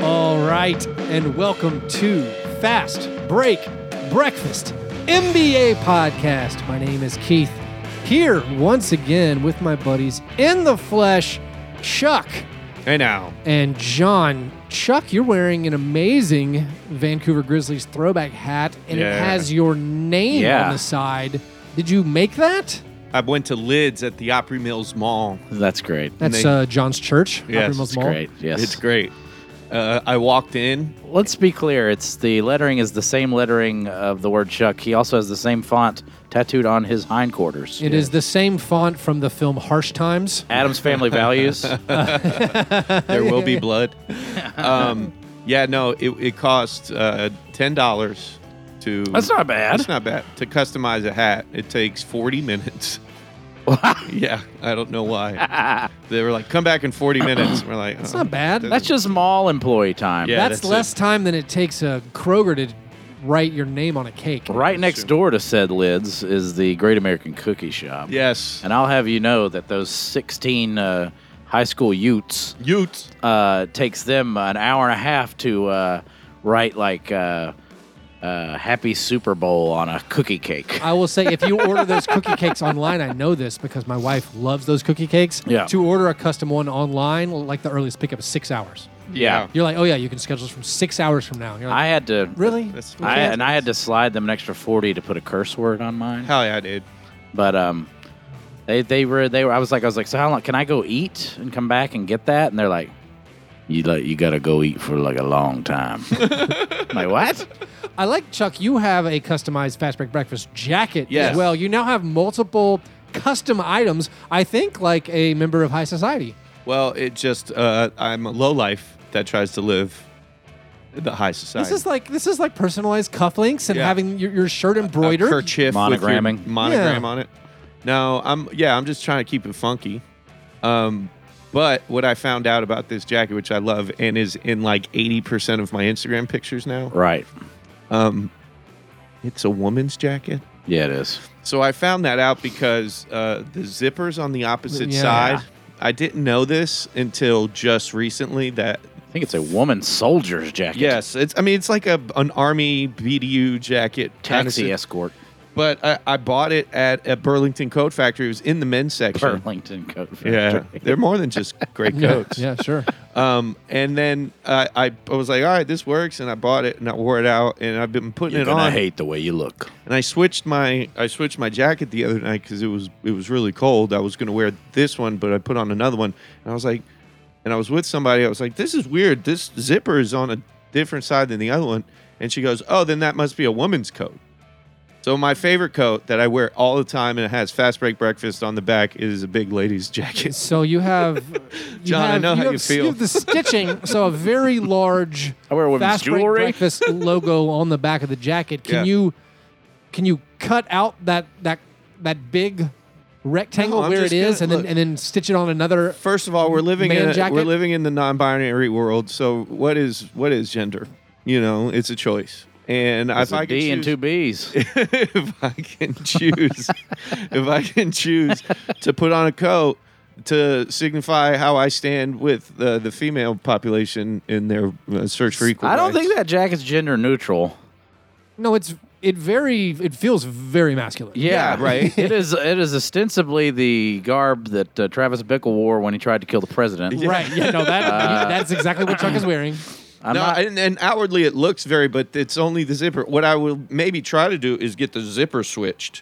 All right, and welcome to Fast Break Breakfast NBA Podcast. My name is Keith, here once again with my buddies in the flesh, Chuck Hey now. and John. Chuck, you're wearing an amazing Vancouver Grizzlies throwback hat, and it Yeah. has your name Yeah. on the side. Did you make that? I went to Lids at the Opry Mills Mall. That's great. That's they- uh, John's church. Yes, Opera Mills it's Mall. Great. Yes. It's great. Uh, I walked in. Let's be clear. It's the lettering is the same lettering of the word Chuck. He also has the same font tattooed on his hindquarters. It is the same font from the film Harsh Times. Adam's Family Values. There will be blood. Um, yeah, no, it, it cost uh, ten dollars to. That's not bad. That's not bad to customize a hat. It takes forty minutes. yeah, I don't know why. they were like, "Come back in forty minutes." We're like, "Oh." It's not bad. That's just mall employee time. Yeah, that's, that's less it. time than it takes a Kroger to write your name on a cake. Right next door to said lids is the Great American Cookie Shop. Yes, And I'll have you know that those 16 uh, high school Utes Utes. uh, takes them an hour and a half to uh, write like uh, uh, Happy Super Bowl on a cookie cake. I will say, if you order those cookie cakes online, I know this because my wife loves those cookie cakes. Yeah. To order a custom one online, like the earliest pickup is six hours. yeah. You're like, oh yeah, you can schedule this from six hours from now. You're like, I had to really? That's I, and I had to slide them an extra forty to put a curse word on mine. Hell yeah, I did. But um, they they were they were. I was like I was like, so how long can I go eat and come back and get that? And they're like, you like you gotta go eat for like a long time. I'm like what? I like Chuck. You have a customized fast break breakfast jacket Yes. as well. You now have multiple custom items. I think like a member of high society. Well, it just uh, I'm a low life that tries to live the high society. This is like this is like personalized cufflinks and Yeah. having your, your shirt a embroidered. kerchief with Monogramming. your monogram Yeah. on it. No, I'm yeah, I'm just trying to keep it funky. Um, but what I found out about this jacket, which I love, and is in like 80% of my Instagram pictures now, Right? um, it's a woman's jacket. Yeah, it is. So I found that out because uh, the zippers on the opposite Yeah. side. I didn't know this until just recently that I think it's a woman soldier's jacket. Yes, it's. I mean, it's like a an army BDU jacket, kind of taxi si- escort, But I, I bought it at a Burlington Coat Factory. It was in the men's section. Burlington coat. Factory. Yeah, they're more than just great Yeah, coats. yeah, sure. Um, and then I, I I was like, all right, this works, and I bought it and I wore it out, and I've been putting You're it gonna on. hate the way you look. And I switched my I switched my jacket the other night because it was it was really cold. I was gonna wear this one, but I put on another one, and I was like, and I was with somebody. I was like, this is weird. This zipper is on a different side than the other one. And she goes, oh, then that must be a woman's coat. So my favorite coat that I wear all the time and it has fast break breakfast on the back is a big lady's jacket. So you have, you John, I have- know how have you s- feel. have the stitching, so a very large I wear women's fast break jewelry. breakfast logo on the back of the jacket. Can Yeah. you, can you cut out that that that big rectangle No, I'm where it is, just gonna- and then look. and then stitch it on another. First of all, we're living Man in a, jacket? we're living in the non-binary world. So what is what is gender? You know, it's a choice. And It's if I a can D choose, and two B's. if I can choose, if I can choose to put on a coat to signify how I stand with the, the female population in their uh, search for equal. I don't rights. think that jacket's gender neutral. No, it's it very it feels very masculine. Yeah, Yeah, right. it is. It is ostensibly the garb that uh, Travis Bickle wore when he tried to kill the president. Right. Yeah. No, that that's exactly what Chuck is wearing. I'm no, not- and, and outwardly it looks very, but it's only the zipper. What I will maybe try to do is get the zipper switched.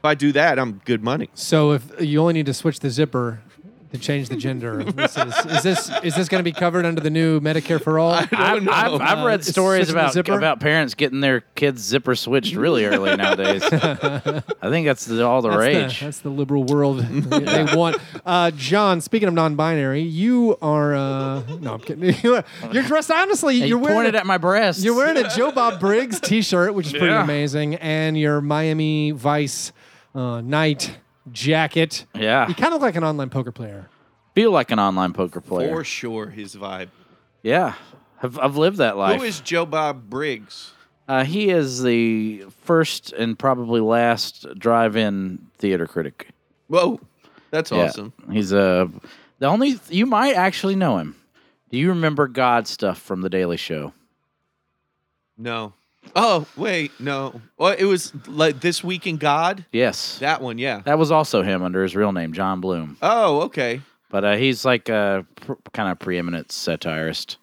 If I do that, I'm good money. So if you only need to switch the zipper to change the gender, this is, is this is this going to be covered under the new Medicare for all? I've, I've, I've read It's stories switching the about zipper? about parents getting their kids' zipper switched really early nowadays. I think that's the, all the That's rage. the, that's the liberal world they they want. Uh, John, speaking of non-binary, you are uh, no, I'm kidding. You're dressed honestly. He you're wearing pointed a- at my breast. You're wearing a Joe Bob Briggs T-shirt, which is pretty amazing, and your Miami Vice uh, night jacket. Yeah. you kind of look like an online poker player. feel like an online poker player. For sure, his vibe. Yeah, I've, I've lived that life. Who is Joe Bob Briggs? uh, he is the first and probably last drive-in theater critic. Whoa, that's Yeah. awesome. He's a the only you might actually know him. Do you remember God stuff from The Daily Show? No. Oh wait, no. Well, it was like this week in God. Yes, that, That one, yeah. was also him under his real name, John Bloom. Oh, okay. But uh, he's like a pr- kind of preeminent satirist.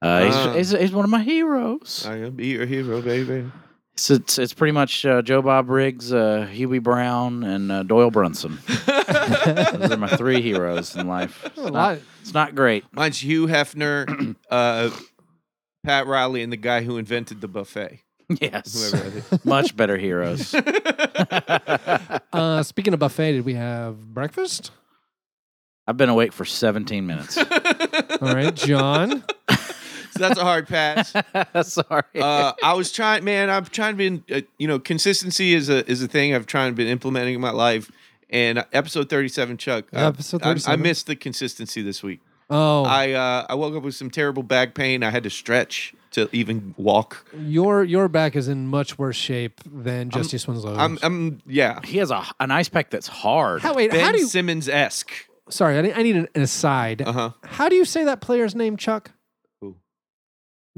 Uh, he's- Ah. he's, he's, one of my heroes. I will be your hero, baby. It's, it's, it's pretty much uh, Joe Bob Briggs, uh, Huey Brown, and uh, Doyle Brunson. Those are my three heroes in life. It's A not, lot. it's not great. Mine's Hugh Hefner, uh, Pat Riley, and the guy who invented the buffet. Yes, Whoever that is. much better heroes. Uh, speaking of buffet, did we have breakfast? I've been awake for 17 minutes. All right, John. So that's a hard pass. Sorry. Uh, I was trying, man. I've trying to be, uh, you know, consistency is a is a thing I've trying to been implementing in my life. And episode thirty seven, Chuck. I- Episode I- I 37. missed the consistency this week. Oh, I uh, I woke up with some terrible back pain. I had to stretch to even walk. your your back is in much worse shape than Justice Winslow's. I'm I'm yeah. he has a, an ice pack that's hard. how, wait, how Ben do you? Simmons esque. Sorry, I need, I need an, an aside. Uh-huh. How do you say that player's name, Chuck? Who?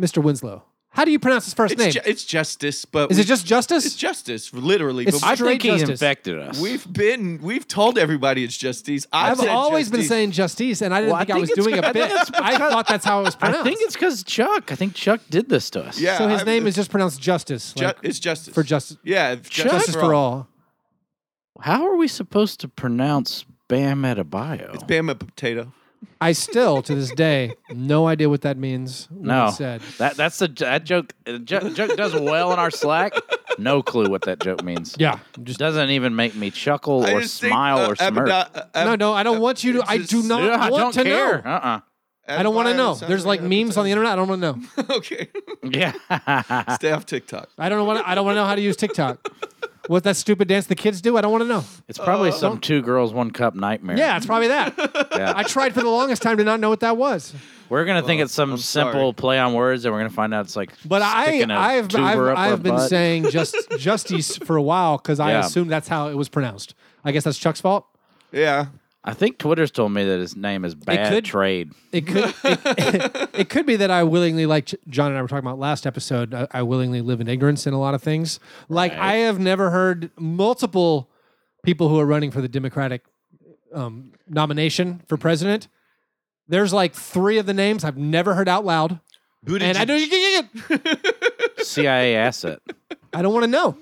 Mr. Winslow. How do you pronounce his first name? It's, ju- it's justice, but is we- it just Justice? It's justice, literally. It's but I straight think he justice. infected us. we've been we've told everybody it's justice. I've, I've said always been justice. saying justice, and I didn't Well, I think I, think was it's doing a because- bit. I thought that's how it was pronounced. I think it's because Chuck. I think Chuck did this to us. Yeah, so his I've- name is just pronounced justice. ju- like, it's justice for justice. Yeah, it's justice for all. How are we supposed to pronounce Bam Adebayo? It's Bama potato. I still, to this day, no idea what that means. what no, it said. that that's the that joke. uh, jo- joke does well in our Slack. No clue what that joke means. Yeah. just doesn't even make me chuckle or smile uh, or smirk. No, no, I don't want you to. I just- do not Yeah, I want don't to care. know. Uh I don't want to know. There's like memes on the internet. I don't want to know. internet. okay, uh stay off TikTok. I don't want. I don't want to know how to use TikTok. What that stupid dance the kids do? I don't want to know. It's Uh, probably some two girls, one cup nightmare. Yeah, it's probably that. Yeah. I tried for the longest time to not know what that was. We're gonna think it's some sorry. simple play on words, and we're gonna find out it's like. But I, sticking a I've, tuber I've, up our I've been butt. saying just justice for a while because I Yeah. assumed that's how it was pronounced. I guess that's Chuck's fault. Yeah, I think Twitter's told me that his name is Bad could- Trade. It could, it, it could be that I willingly, like J- John and I were talking about last episode, uh, I, I willingly live in ignorance in a lot of things. Like I have never heard multiple people who are running for the Democratic um, nomination for president. There's like three of the names I've never heard out loud, and I don't. CIA asset. I don't want to know.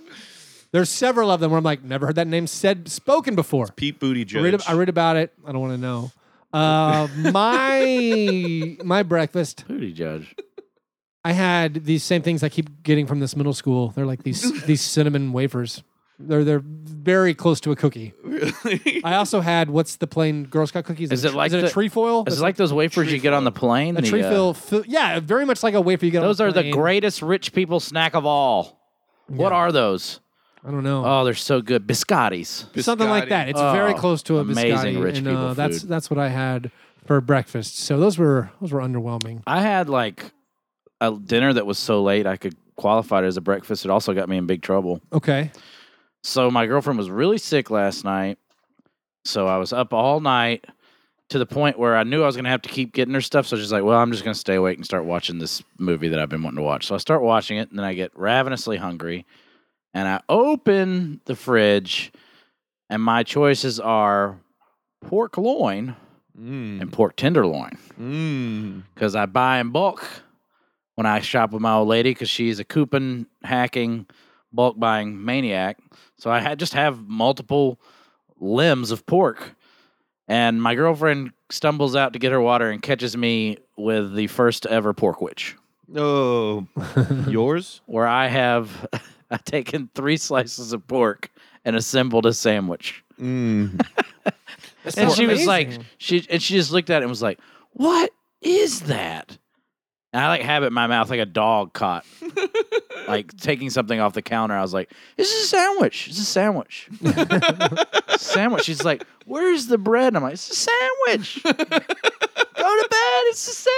There's several of them where I'm like, never heard that name said spoken before. Pete Booty I read, I read about it. I don't want to know. Uh, my my breakfast. Booty judge. I had these same things I keep getting from this middle school. They're like these these cinnamon wafers. They're they're very close to a cookie. I also had what's the plain Girl Scout cookies? Is a it tr- like is it the- a trefoil? Is it like those wafers you get on the plane? a The, uh, trefoil? fi- yeah, very much like a wafer you get. on Those a are the plane. greatest rich people snack of all. What are those? I don't know. Oh, they're so good. Biscottis. something like Biscotti. that. It's Oh, very close to a amazing biscotti, rich and, uh, people That's food. that's what I had for breakfast. So those were those were underwhelming. I had like a dinner that was so late I could qualify it as a breakfast. It also got me in big trouble. Okay, So my girlfriend was really sick last night. So I was up all night to the point where I knew I was going to have to keep getting her stuff. So she's like, well, I'm just going to stay awake and start watching this movie that I've been wanting to watch. So I start watching it and then I get ravenously hungry and I open the fridge and my choices are pork loin Mm. and pork tenderloin Mm. because I buy in bulk when I shop with my old lady because she's a coupon hacking, bulk buying maniac. So I had, just have multiple limbs of pork. And my girlfriend stumbles out to get her water and catches me with the first ever pork witch, Oh, yours? where I have taken three slices of pork and assembled a sandwich. Mm. and so she was like, amazing. she and she just looked at it and was like, "What is that?" And I like have it in my mouth like a dog caught, like taking something off the counter. I was like, "This is a sandwich. It's a sandwich. sandwich." She's like, "Where's the bread?" And I'm like, "It's a sandwich. Go to bed. It's a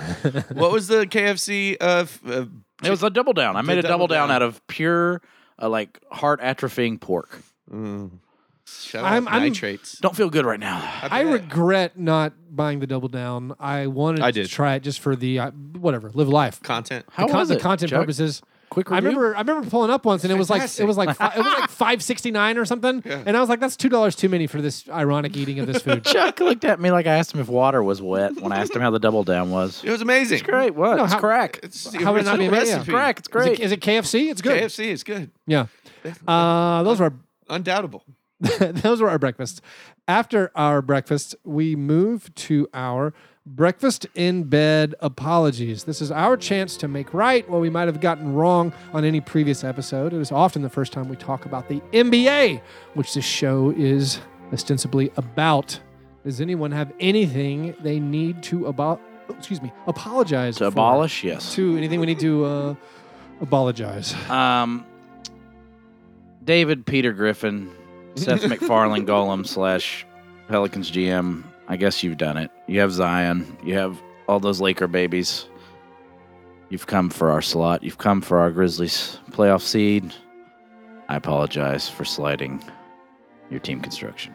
sandwich." what was the KFC? Uh, f- uh, It was a double down. I made a double double down, down. out of pure. Uh, like heart atrophying pork. mm. Shout I'm- out I'm- nitrates. Don't feel good right now. I regret not buying the double down. I wanted I to did. try it just for the uh, whatever, live life. content. How the, con- was the it, content Chuck? purposes. Quick I review? remember I remember pulling up once and it was like it Fantastic. was like fi- it was like five sixty nine or something, and I was like, that's two dollars too many for this ironic eating of this food. Chuck looked at me like I asked him if water was wet when I asked him how the double down was. It was amazing. It's Great, what? No, it's how- crack. It's It's, How would it not be amazing? recipe. crack. It's Is great. it, is it KFC? It's good. KFC is good. Yeah. Uh, those were Undoubtable. those were our breakfasts. After our breakfast, we move to our breakfast in bed apologies. This is our chance to make right what we might have gotten wrong on any previous episode. It is often the first time we talk about the NBA, which this show is ostensibly about. Does anyone have anything they need to about? Excuse me, apologize to for? abolish, yes. to anything we need to uh, apologize. Um, David Peter Griffin, Seth MacFarlane Golem slash Pelicans GM. I guess you've done it. You have Zion. You have all those Laker babies. You've come for our slot. You've come for our Grizzlies playoff seed. I apologize for sliding your team construction.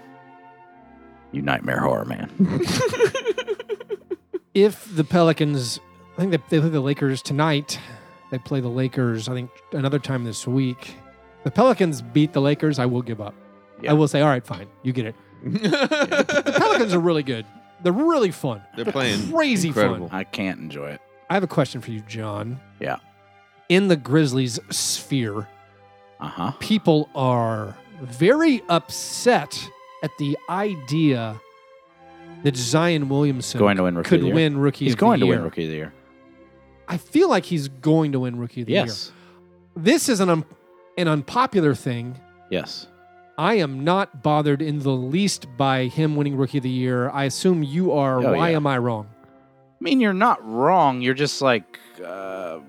You nightmare horror man. if the Pelicans, I think they, they play the Lakers tonight. They play the Lakers, I think, another time this week. The Pelicans beat the Lakers. I will give up. Yeah. I will say, all right, fine, you get it. The Pelicans are really good. They're really fun. They're playing Crazy incredible. fun. I can't enjoy it. I have a question for you, John. Yeah. In the Grizzlies sphere, Uh huh. people are very upset at the idea that Zion Williamson Going to win rookie could of the year. win rookie. He's of going the to year. win rookie of the year. I feel like he's going to win rookie of the Yes. year. This is an un- an unpopular thing. Yes. I am not bothered in the least by him winning rookie of the year. I assume you are. Oh, Why yeah. am I wrong? I mean, you're not wrong. You're just like uh,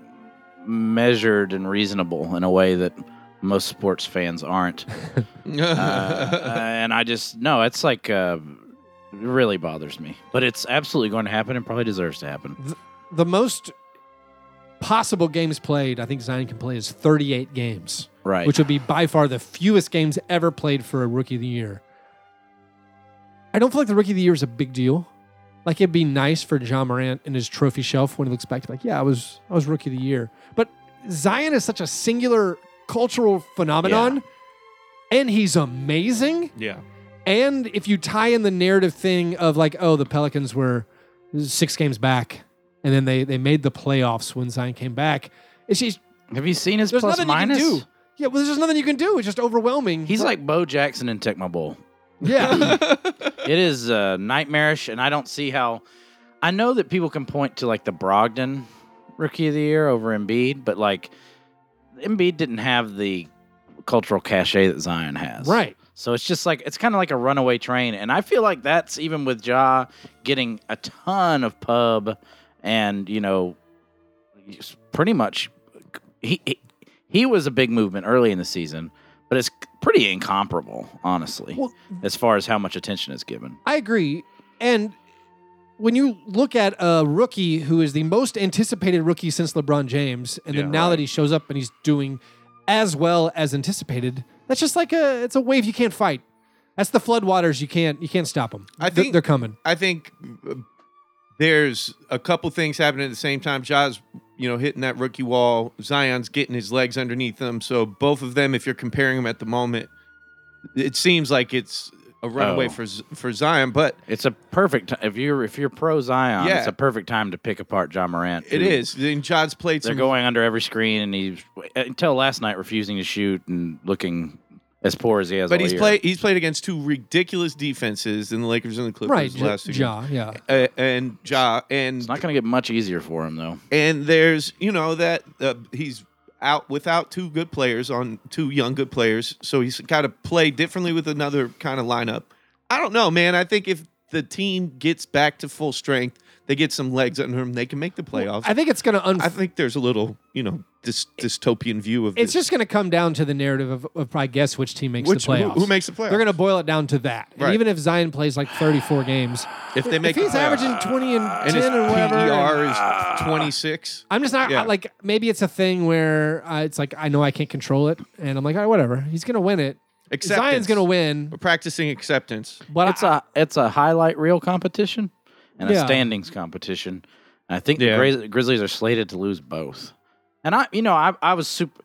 measured and reasonable in a way that most sports fans aren't. Uh, and I just no, it's like uh, it really bothers me. But it's absolutely going to happen and probably deserves to happen. The most possible games played I think Zion can play is 38 games, Right. which would be by far the fewest games ever played for a rookie of the year. I don't feel like the rookie of the year is a big deal. Like it'd be nice for John Morant in his trophy shelf when he looks back to be like, yeah, I was I was rookie of the year. But Zion is such a singular cultural phenomenon, and he's amazing. yeah. And if you tie in the narrative thing of like, oh, the Pelicans were six games back, and then they they made the playoffs when Zion came back. It's just Have you seen his there's plus nothing minus? you can do. Yeah, well, there's just nothing you can do. It's just overwhelming. He's like Bo Jackson in Tecmo Bowl. yeah, It is uh, nightmarish, and I don't see how. I know that people can point to like the Brogdon Rookie of the Year over Embiid, but like Embiid didn't have the cultural cachet that Zion has, right. So it's just like it's kind of like a runaway train, and I feel like that's even with Ja getting a ton of pub, and you know, he's pretty much he. he He was a big movement early in the season, but it's pretty incomparable, honestly, Well- as far as how much attention is given. I agree. And when you look at a rookie who is the most anticipated rookie since LeBron James, and then Yeah, now that he shows up and he's doing as well as anticipated, that's just like a it's a wave you can't fight. That's the floodwaters you can't you can't stop them. I think- they're coming. I think uh, there's a couple things happening at the same time. Ja's, you know, hitting that rookie wall. Zion's getting his legs underneath them. So both of them, if you're comparing them at the moment, it seems like it's a runaway Oh. for Z- for Zion, but It's a perfect time. If you're if you're pro Zion, Yeah. it's a perfect time to pick apart John Morant. it who- is. And Ja's played They're some. going under every screen, and he's until last night refusing to shoot and looking as poor as he has. but all he's year. played. He's played against two ridiculous defenses in the Lakers and the Clippers Right, the last two games. Ja, yeah. Uh, and Ja and It's not going to get much easier for him though. and there's you know that uh, he's out without two good players on two young good players so he's got to play differently with another kind of lineup i don't know man i think if the team gets back to full strength they get some legs under them they can make the playoffs I think it's gonna un- I think there's a little you know dys- dystopian view of it's this. just gonna come down to the narrative of, of I guess which team makes Which- the who- playoffs. who makes the playoffs? They're gonna boil it down to that. And Right. even if Zion plays like thirty four games, if they make if he's the playoffs averaging twenty and, and his ten or whatever, and- PER is 26 I'm just not Yeah. like maybe it's a thing where uh, it's like I know I can't control it, and I'm like, all right, whatever. He's gonna win it. Zion's Acceptance. gonna win, we're practicing acceptance but it's a it's a highlight reel competition and Yeah. a standings competition. And I think Yeah. the Grizz- Grizzlies are slated to lose both. And I, you know, I, I was super.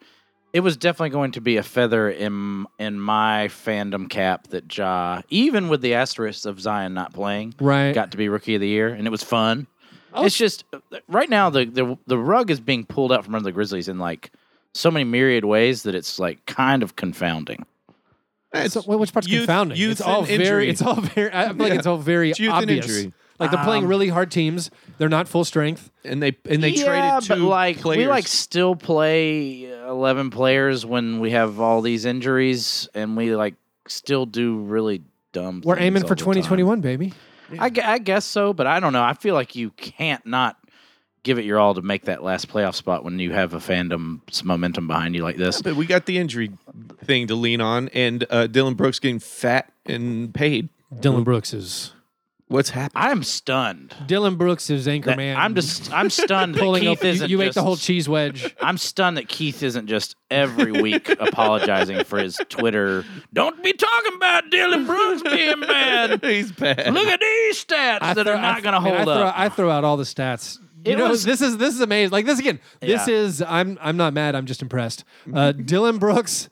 It was definitely going to be a feather in in my fandom cap that Ja, even with the asterisk of Zion not playing, Right. got to be Rookie of the Year, and it was fun. Oh, it's just uh, right now the, the the rug is being pulled out from under the Grizzlies in like so many myriad ways that it's like kind of confounding. so, wh- which part's youth- confounding? youth it's all and very, injury. it's all very, I feel like it's all very It's youth and obvious. injury. Um, Like they're playing really hard teams. They're not full strength. and they and they yeah, traded but two like we players. like still play eleven players when we have all these injuries, and we like still do really dumb. We're things aiming all for the time. 2021, baby. I, gue- I guess so, but I don't know. I feel like you can't not give it your all to make that last playoff spot when you have a fandom's momentum behind you like this. But we got the injury thing to lean on, and uh, Dylan Brooks getting fat and paid. Dylan Brooks is What's happening? I am stunned. Dylan Brooks is anchor that- man. I'm just I'm stunned that pulling Keith up. You, isn't. you just, ate the whole cheese wedge. I'm stunned that Keith isn't just every week apologizing for his Twitter. Don't be talking about Dylan Brooks being bad. He's bad. Look at these stats that throw- are not I- going to man, hold I throw, up. I throw out all the stats. You It know, was- this is this is amazing. Like this again. This Yeah. is I'm I'm not mad. I'm just impressed. Uh, Dylan Brooks,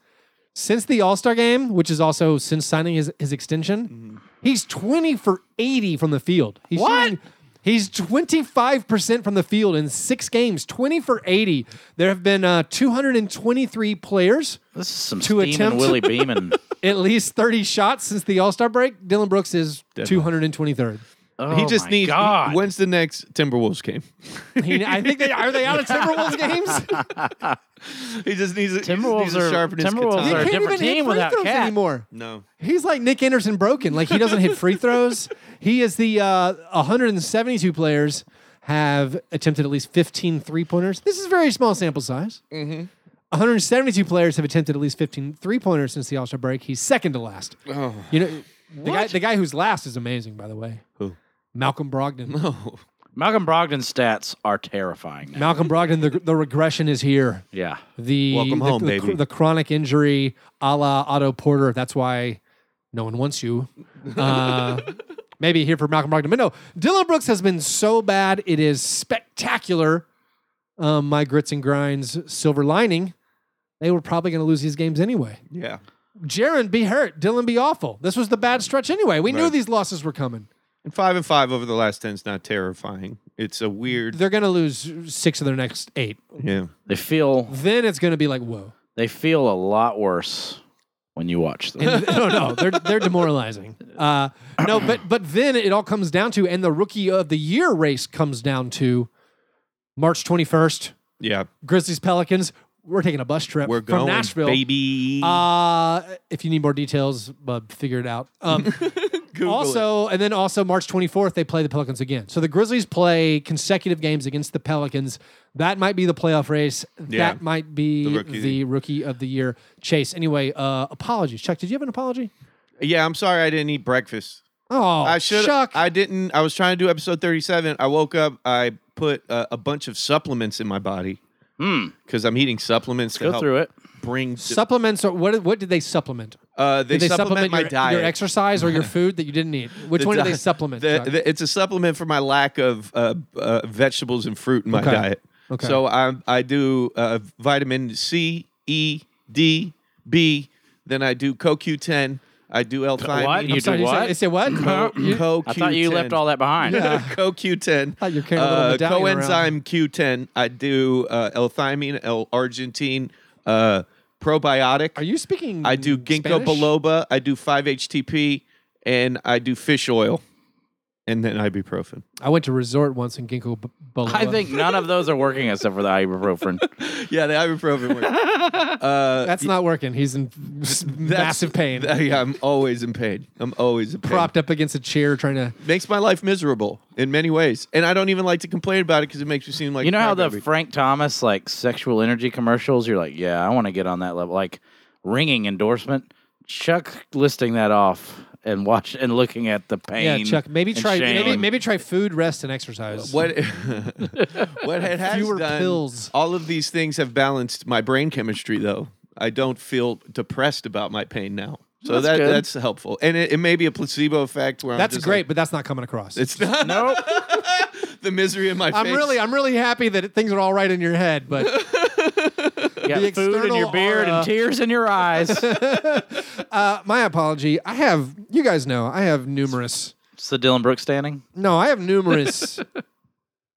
since the All Star game, which is also since signing his his extension, he's 20 for 80 from the field. He's What? shooting- He's 25% from the field in six games, 20 for 80. There have been uh, 223 players this is some to steam and attempt- Willie Beeman. at least 30 shots since the All Star break. Dylan Brooks is 223rd. Oh he just my needs. God. When's the next Timberwolves game? He- I think they are they out of Timberwolves games. he just needs. a- he just needs Timberwolves to are- sharpen his Timberwolves He They're a katana. can't different even hit team free without throws Kat. anymore. No, He's like Nick Anderson broken. Like he doesn't hit free throws. He is the uh, 172 players have attempted at least 15 three pointers. This is a very small sample size. Mm-hmm. 172 players have attempted at least 15 three pointers since the All Star break. He's second to last. You know, the guy, the guy who's last is amazing, by the way. Who? Malcolm Brogdon. Malcolm Brogdon's stats are terrifying. Now. Malcolm Brogdon, the, the regression is here. Yeah. the Welcome the, home, the, baby. the chronic injury a la Otto Porter. That's why no one wants you. Uh, maybe here for Malcolm Brogdon. But no, Dylan Brooks has been so bad. It is spectacular. Um, my grits and grinds silver lining. They were probably going to lose these games anyway. yeah, Jaron be hurt. Dylan be awful. This was the bad stretch anyway. We knew Right. these losses were coming. and five and five over the last ten is not terrifying. It's a weird. They're going to lose six of their next eight. yeah, They feel Then it's going to be like, whoa. they feel a lot worse when you watch them. And- no, no, they're they're demoralizing. Uh, no, but but then it all comes down to, and the rookie of the year race comes down to March twenty first. yeah. Grizzlies Pelicans. We're taking a bus trip We're from going Nashville. baby. Uh, if you need more details, but figure it out. Um, Google it. also, and then also March 24th, they play the Pelicans again. So the Grizzlies play consecutive games against the Pelicans. That might be the playoff race. Yeah. That might be the rookie. The rookie. of the year chase. Anyway, uh, apologies. Chuck, did you have an apology? Yeah, I'm sorry I didn't eat breakfast. Oh, I should. Chuck. I didn't. I was trying to do episode 37. I woke up. I put uh, a bunch of supplements in my body. Because I'm eating supplements to Hmm. Go help through it. Bring supplements, or what, what did they supplement? uh, they, Did they supplement, my your, diet. your exercise or your food that you didn't eat? Which The one did di- they supplement? the- Chuck? the- it's a supplement for my lack of uh, uh, vegetables and fruit in my Okay. diet. Okay. So I I do uh, vitamin C, E, D, B. Then I do CoQ10. I do E, L-theanine. What? You I'm sorry, did said- what? They said what? You- CoQ10. I thought you left all that behind. CoQ10. Thought you were carrying a little medallion Uh, coenzyme around. Q10. I do uh, L-thymine, L-arginine, uh, probiotic. Are you speaking? I do ginkgo Spanish? biloba. I do 5-HTP, and I do fish oil, and then ibuprofen. I went to resort once in ginkgo b- biloba. I think none of those are working except for the ibuprofen. Yeah, the ibuprofen works. Uh, that's not working. He's in massive pain, yeah, I'm always in pain. I'm always in pain. propped up against a chair, trying to. Makes my life miserable in many ways, and I don't even like to complain about it because it makes me seem like you know a how the crybaby. Frank Thomas like sexual energy commercials? You're like, yeah, I want to get on that level. Like ringing endorsement. Chuck listing that off and watch and looking at the pain. yeah, Chuck. Maybe and try. Maybe, shame. maybe try food, rest, and exercise. what what it has Fewer done, pills. All of these things have balanced my brain chemistry, though. I don't feel depressed about my pain now, so That's that good. that's helpful. And it, it may be a placebo effect where I'm That's just great, like, but that's not coming across. it's not Nope. the misery in my I'm face. really, I'm really happy that things are all right in your head, but You got the food in external your beard aura. and tears in your eyes. my apology. I have, you guys know, I have numerous. it's the Dylan Brooks standing. No, I have numerous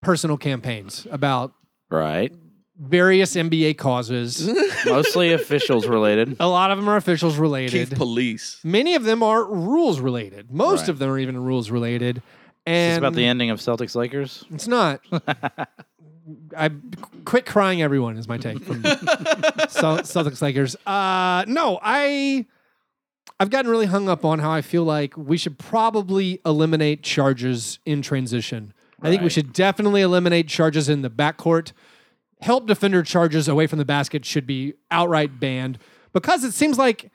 personal campaigns about Right. various NBA causes. Mostly officials related. A lot of them are officials related. Keith Police. Many of them are rules related. Most Right. of them are even rules related. And It's about the ending of Celtics Lakers. It's not. I quit crying. Everyone is my take from Cel- Celtics Lakers. Uh, no, I I've gotten really hung up on how I feel like we should probably eliminate charges in transition. I think we Right. should definitely eliminate charges in the backcourt. Help defender charges away from the basket should be outright banned because it seems like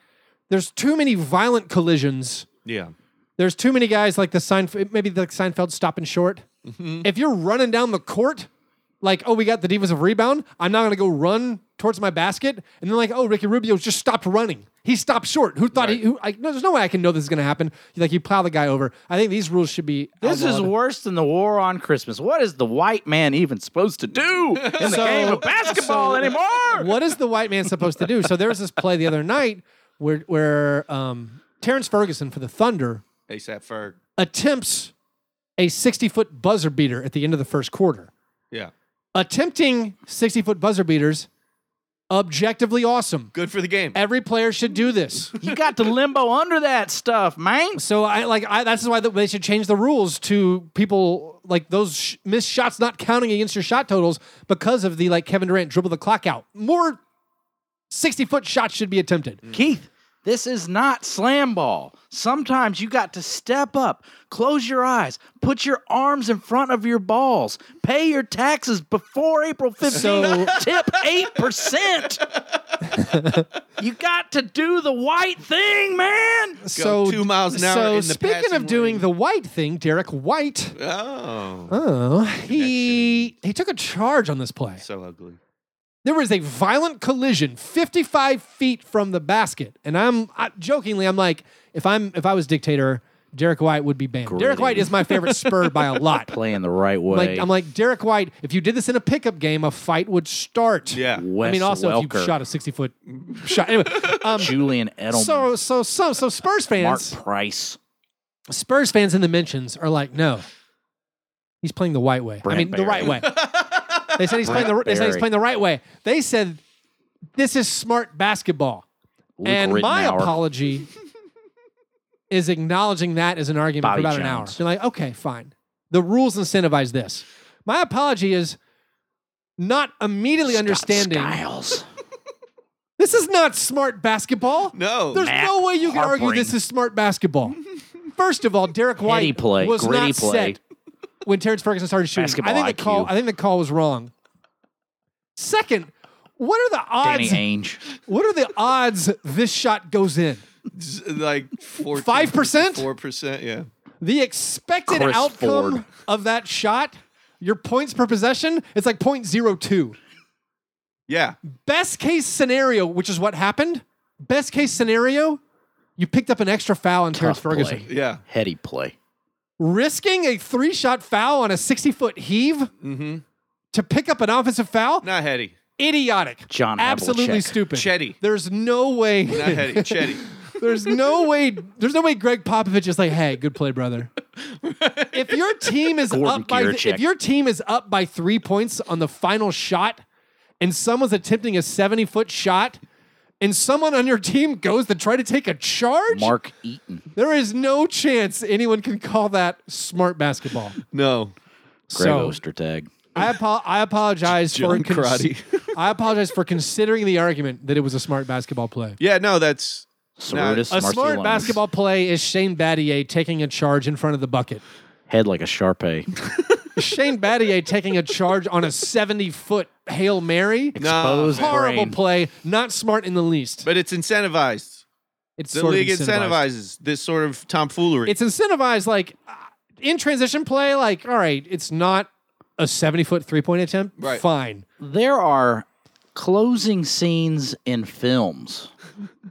there's too many violent collisions Yeah. there's too many guys like the Seinfeld, maybe the Seinfeld stopping short. Mm-hmm. If you're running down the court, like, oh, we got the Divas of Rebound, I'm not going to go run towards my basket. And then, like, oh, Ricky Rubio just stopped running. He stopped short. Who thought he, who, I, no, there's no way I can know this is going to happen. Like, you plow the guy over. I think these rules should be. This is outlawed. worse than the war on Christmas. What is the white man even supposed to do in the So- game of basketball so- anymore? what is the white man supposed to do? So there was this play the other night where, where um, Terrence Ferguson for the Thunder ASAP Ferg. attempts a 60 foot buzzer beater at the end of the first quarter. Yeah. attempting 60 foot buzzer beaters objectively awesome Good for the game. every player should do this You got to limbo under that stuff, man. so i like I, that's why they should change the rules to people like those sh- missed shots not counting against your shot totals because of the like kevin durant dribble the clock out more 60 foot shots should be attempted Mm. Mm-hmm. Keith, this is not slam ball. Sometimes you got to step up, close your eyes, put your arms in front of your balls, pay your taxes before April 15th, So- tip 8%. you got to do the white thing, man. so two miles an hour so in the speaking of passing doing lane. the white thing derek white oh. oh he he took a charge on this play So ugly. There was a violent collision 55 feet from the basket. And I'm I, jokingly, I'm like, if I'm if I was dictator, Derek White would be banned. Derek Gritty. White is my favorite spur by a lot. Playing the right way. Like I'm like, Derek White, if you did this in a pickup game, a fight would start. Yeah. I mean, also if you shot a 60 foot shot. Anyway, um, Julian Edelman, so so so so Spurs Mark fans, Price. Spurs fans in the mentions are like, no, he's playing the white way. I Brent mean, the Barry. right way. they said he's playing the. They said he's Barry. playing the right way. They said this is smart basketball. Luke and my Rittenauer. apology is acknowledging that as an argument for Bobby about Jones. an hour. You're like, okay, fine. The rules incentivize this. My apology is not immediately understanding Skiles. this is not smart basketball. No. There's Matt no way you can argue Harpering. this is smart basketball. First of all, Derek Heady White play, was gritty not play. set when Terrence Ferguson started shooting. I Basketball think the IQ. call. I think the call was wrong. Second, what are the Danny odds? Ainge. What are the odds this shot goes in? Z- like 5%? four percent. Yeah, The expected Chris outcome Ford. of that shot, your points per possession, it's like 0.02. yeah. Best case scenario, which is what happened. Best case scenario, you picked up an extra foul on Terrence play. Ferguson. Yeah. Heady play. risking a three shot foul on a 60 foot heave to pick up an offensive foul? Not heady. Idiotic. John Absolutely Havlicek. stupid. Chetty. There's no way. Not heady. Chetty. there's no way. There's no way Greg Popovich is like, hey, good play, brother. if your team is Gordon up by if Gierczek. your team is up by three points on the final shot and someone's attempting a 70 foot shot and someone on your team goes to try to take a charge, Mark E. Eaton. there is no chance anyone can call that smart basketball. No. Greg So- Ostertag. I, apo- I apologize for John Crotty. I apologize for considering the argument that it was a smart basketball play. Yeah. No. That's Sarutas A smart Marciulonis. basketball play is Shane Battier taking a charge in front of the bucket. Head like a Sharpay. Shane Battier taking a charge on a 70 foot Hail Mary. no. Exposed Horrible brain. play, not smart in the least. But it's incentivized. it's The sort of league incentivizes this sort of tomfoolery. It's incentivized, like uh, in transition play, like, all right, it's not a 70 foot three point attempt. Right. Fine. there are closing scenes in films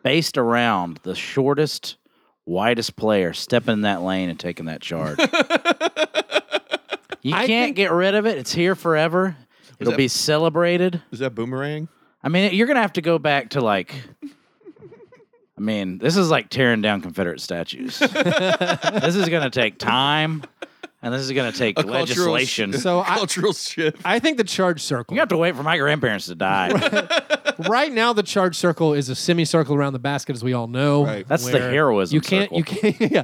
based around the shortest, widest player stepping in that lane and taking that charge. you I can't think- get rid of it. It's here forever. It'll that- be celebrated. Is that boomerang? I mean, you're gonna have to go back to like. I mean, this is like tearing down Confederate statues. this is gonna take time, and this is gonna take cultural s- legislation. So I, Cultural shift. I think the charge circle. you have to wait for my grandparents to die. right now the charge circle is a semicircle around the basket as we all know Right. That's the where heroism you can't you can't yeah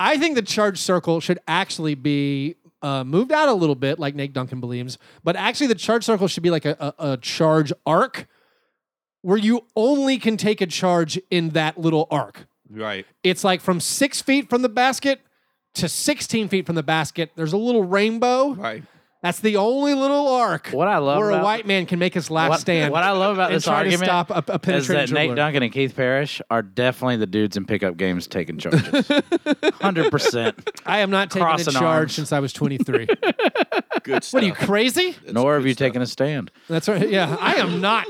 i think the charge circle should actually be uh, moved out a little bit like nate duncan believes but actually the charge circle should be like a, a, a charge arc where you only can take a charge in that little arc Right. it's like from six feet from the basket to 16 feet from the basket there's a little rainbow Right. that's the only little arc What I love where a about- white man can make his last what, stand what I love about and this try argument to stop a, a is that penetrating Nate dribbler. Duncan and Keith Parrish are definitely the dudes in pickup games taking charges. Hundred percent. I am not taking a Crossing charge arms. since I was 23. Good stuff. what are you crazy? Nor have you taken a stand. That's right. Yeah, I am not.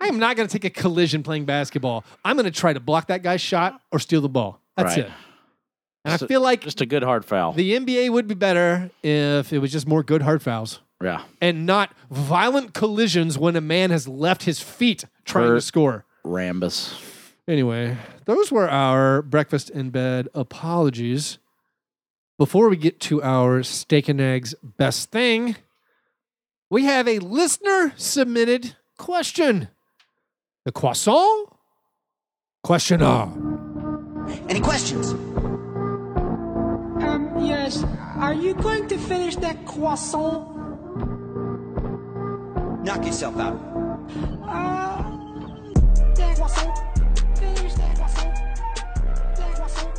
I am not going to take a collision playing basketball. I'm going to try to block that guy's shot or steal the ball. That's Right. it. And I feel like Just a good hard foul. the NBA would be better if it was just more good hard fouls yeah. and not violent collisions when a man has left his feet trying to Kurt. score. Rambus. Anyway, those were our breakfast in bed apologies. Before we get to our steak and eggs best thing, we have a listener submitted question. The croissant questionnaire. Any questions? Um, yes. Are you going to finish that croissant? Knock yourself out. Uh, that croissant. Finish that croissant. That croissant.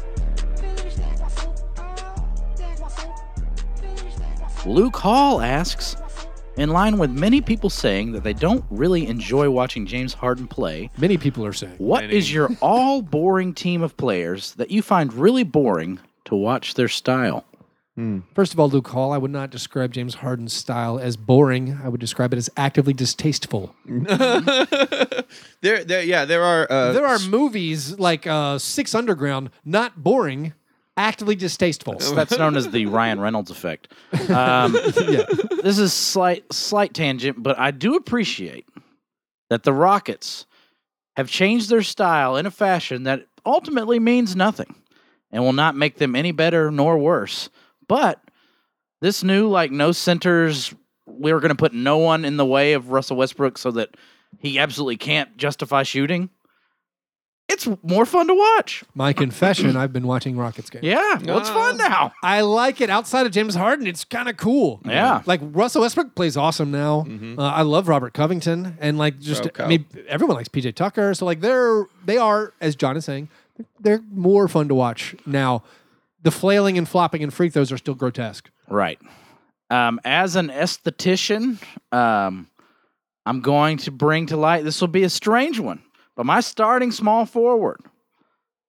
Finish that croissant. Uh, that croissant. Finish that croissant. Luke Hall asks, in line with many people saying that they don't really enjoy watching James Harden play, Many people are saying. what is your all boring team of players that you find really boring to watch their style? First of all, Luke Hall, I would not describe James Harden's style as boring. I would describe it as actively distasteful. There, there, yeah, there are. Uh, There are movies like uh, Six Underground, not boring, actively distasteful. So that's known as the Ryan Reynolds effect. Um, Yeah. this is slight slight tangent, but I do appreciate that the Rockets have changed their style in a fashion that ultimately means nothing and will not make them any better nor worse. But this new like no centers, we were going to put no one in the way of Russell Westbrook so that he absolutely can't justify shooting. It's more fun to watch. My confession, I've been watching Rockets games. Yeah, well, it's fun now. I like it outside of James Harden. It's kind of cool. Yeah. Like Russell Westbrook plays awesome now. Uh, I love Robert Covington and like just Mm-hmm. Bro, I mean everyone likes PJ Tucker. So like they're they are as John is saying, they're more fun to watch now the flailing and flopping and free throws are still grotesque. Right. Um, as an esthetician, um, I'm going to bring to light this will be a strange one, but my starting small forward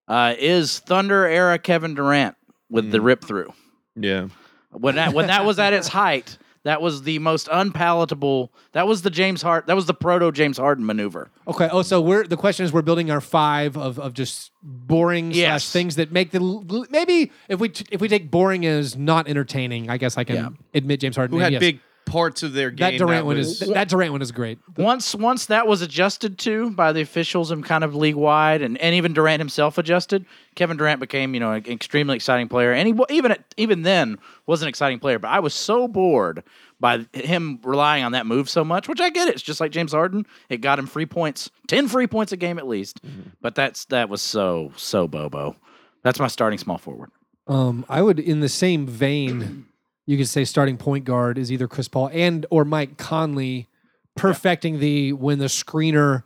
uh, is Thunder era Kevin Durant with the rip through. Yeah. When that when that was at its height, that was the most unpalatable. That was the James Hart. That was the proto James Harden maneuver. Okay. Oh, so we're the question is we're building our five of, of just boring slash Yes. things that make the l- l- maybe if we t- if we take boring as not entertaining, I guess I can Yeah. admit James Harden Who had yes. big parts of their game. that Durant one was- is that Durant one is great. Once once that was adjusted to by the officials and kind of league wide, and, and even Durant himself adjusted. Kevin Durant became you know an extremely exciting player, and he wa- even at, even then was an exciting player. But I was so bored by him relying on that move so much, which I get. It's just like James Harden; it got him free points, ten free points a game at least. But that's that was so so bobo. That's my starting small forward. Um, I would, in the same vein, you could say starting point guard is either Chris Paul and or Mike Conley, perfecting the when the screener,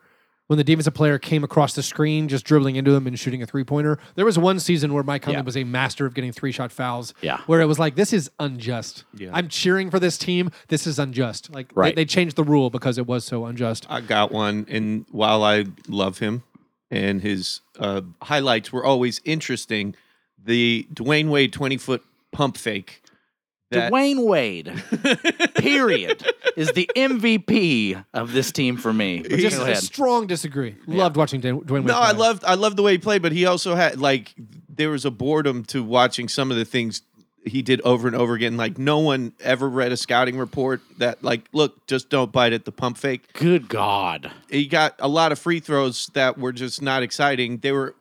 when the defensive player came across the screen, just dribbling into him and shooting a three pointer. There was one season where Mike Conley Yeah. was a master of getting three shot fouls. Yeah. where it was like this is unjust. Yeah. I'm cheering for this team. This is unjust. Like they- Right. they, changed the rule because it was so unjust. I got one, and while I love him, and his uh, highlights were always interesting, the Dwayne Wade twenty foot pump fake. That, Dwayne Wade, period, is the MVP of this team for me. But Just go a ahead. strong disagree. Loved watching Dan- Dwayne. Wade No, I play. loved I loved the way he played, but he also had like there was a boredom to watching some of the things he did over and over again. Like no one ever read a scouting report that like, look, just don't bite at the pump fake. Good God. he got a lot of free throws that were just not exciting. They were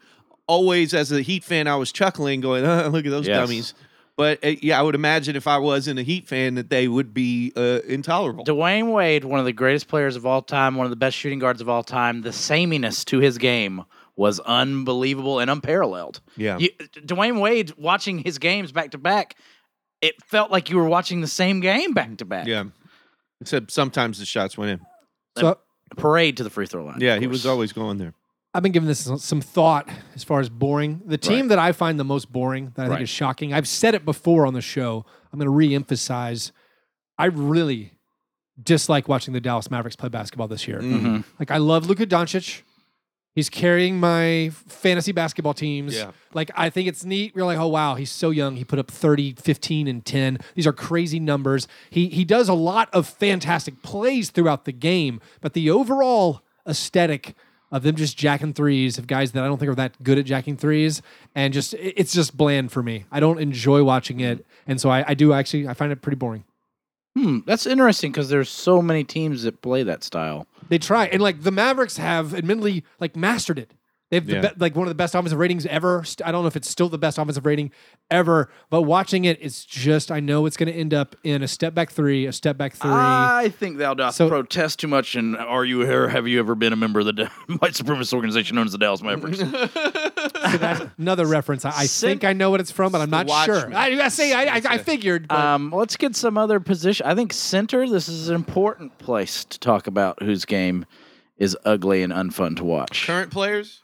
always, as a Heat fan, I was chuckling, going, "Uh, "Look at those Yes. dummies." But uh, yeah, I would imagine if I wasn't a Heat fan, that they would be uh, intolerable. Dwayne Wade, one of the greatest players of all time, one of the best shooting guards of all time, the sameness to his game was unbelievable and unparalleled. Yeah. You, Dwayne Wade watching his games back to back, it felt like you were watching the same game back to back. yeah, except sometimes the shots went in. So Parade to the free throw line. Yeah, of he was course. always going there. I've been giving this some thought as far as boring. The team that I find the most boring, that I think Right. is shocking, I've said it before on the show. I'm going to reemphasize. I really dislike watching the Dallas Mavericks play basketball this year. Mhm. Like, I love Luka Doncic. He's carrying my fantasy basketball teams. Yeah. Like, I think it's neat. You're like, oh, wow, he's so young. He put up 30, 15, and 10. These are crazy numbers. He, he does a lot of fantastic plays throughout the game, but the overall aesthetic of them just jacking threes, of guys that I don't think are that good at jacking threes, and just, it- it's just bland for me. I don't enjoy watching it. And so I, I do actually, I find it pretty boring. Hmm, that's interesting because there's so many teams that play that style. They try, and like the Mavericks have, admittedly, like mastered it. They have Yeah. the be- like one of the best offensive ratings ever. St- I don't know if it's still the best offensive rating ever, but watching it, it's just I know it's going to end up in a step back three, a step back three. I think thou dost So- protest too much. And are you here? Have you ever been a member of the Da- white supremacist organization known as the Dallas Mavericks? Another reference. I, I Sin- think I know what it's from, but I'm not sure. Watchmen. I, I say I, I, I figured. But um, let's get some other position. I think center. This is an important place to talk about whose game is ugly and unfun to watch. Current players,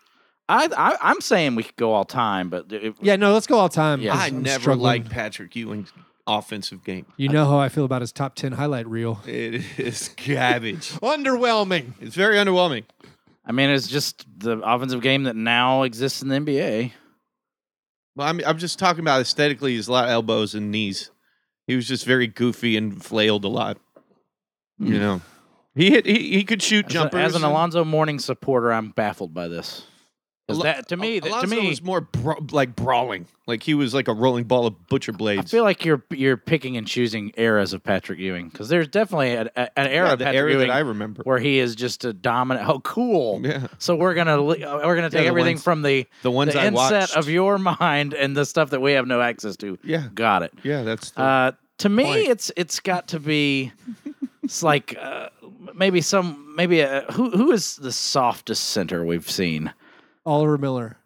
I, I I'm saying we could go all time, but it, yeah, no, let's go all time. Yeah. 'cause I I'm never struggling. liked Patrick Ewing's offensive game. You know how I feel about his top ten highlight reel. It is garbage. Underwhelming. it's very underwhelming. I mean it's just the offensive game that now exists in the NBA. Well, I'm, I'm just talking about aesthetically. His lot of elbows and knees. He was just very goofy and flailed a lot. Hmm. You know, he hit. He, he could shoot As, a- jumpers. as an and- Alonzo Morning supporter, I'm baffled by this. 'Cause Alo- that- to me, that, to Alonzo me, was more bra- like brawling. Like he was like a rolling ball of butcher I blades. feel like you're you're picking and choosing eras of Patrick Ewing because there's definitely an, an era yeah, of the Patrick era Ewing that I remember. where he is just a dominant. Oh, cool! Yeah. So we're gonna li- uh, we're gonna take the everything ones- from the the ones I inset watched. of your mind and the stuff that we have no access to. Yeah. got it. Yeah, that's. The, Uh, to me, point. it's it's got to be. It's like uh, maybe some maybe a, who who is the softest center we've seen. Oliver Miller.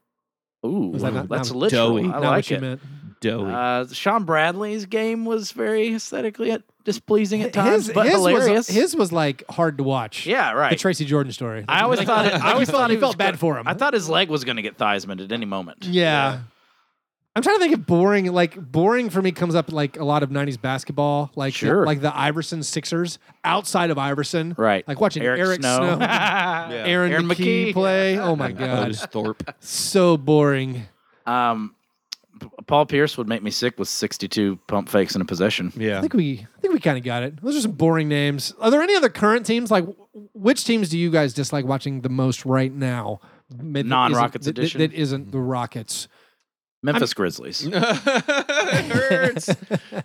Ooh, Was that not- that's not- literal. Doughy. I Not like what you it. meant. doughy. Uh, Sean Bradley's game was very aesthetically displeasing at times, but Was, hilarious. his was like hard to watch. yeah, The right. Tracy Jordan story. I always thought it, I always thought he was felt go- bad for him. I thought his leg was going to get Theismann at any moment. Yeah. I'm trying to think of boring. Like boring for me comes up like a lot of '90s basketball, like Sure. like the Iverson Sixers outside of Iverson, Right. Like watching Eric, Snow, Aaron, Aaron McKee, McKee. play. Oh my god, Otis Thorpe. so boring. Um, P- Paul Pierce would make me sick with 62 pump fakes in a possession. I Yeah. think we I think we kind of got it. Those are some boring names. Are there any other current teams? Like, wh- which teams do you guys dislike watching the most right now? Maybe that isn't- Non-Rockets that- that- edition? that isn't the Rockets. Memphis Grizzlies. it hurts.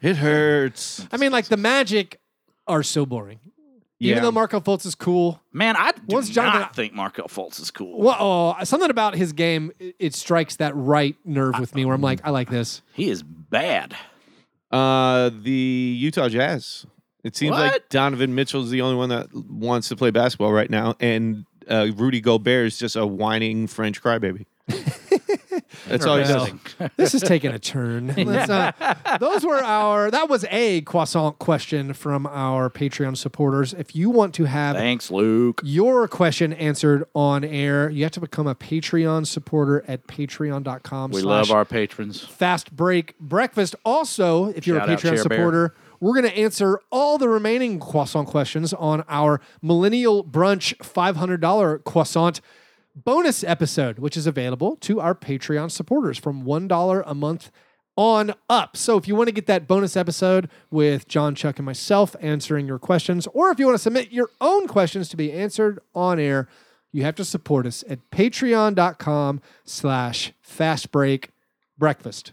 it hurts. I mean, like the Magic are so boring. Even Yeah. though Marco Fultz is cool, Man, I do Once Jonathan- not think Markel Fultz is cool. well, oh, something about his game it, it strikes that right nerve with me where I'm like, I like this. He is bad. Uh, the Utah Jazz. It seems like What? Donovan Mitchell's the only one that wants to play basketball right now, and uh, Rudy Gobert is just a whining French crybaby. That's all he does. This is taking a turn. Let's, uh, those were our. That was a croissant question from our Patreon supporters. If you want to have Thanks, Luke. your question answered on air, you have to become a Patreon supporter at patreon.com. We slash love our patrons. fast break breakfast. Also, if you're Shout a out Patreon Chair Bear. supporter, we're going to answer all the remaining croissant questions on our Millennial Brunch $500 croissant bonus episode, which is available to our Patreon supporters from $1 a month on up. So if you want to get that bonus episode with John, Chuck, and myself answering your questions, or if you want to submit your own questions to be answered on air, you have to support us at patreon.com slash fastbreak breakfast.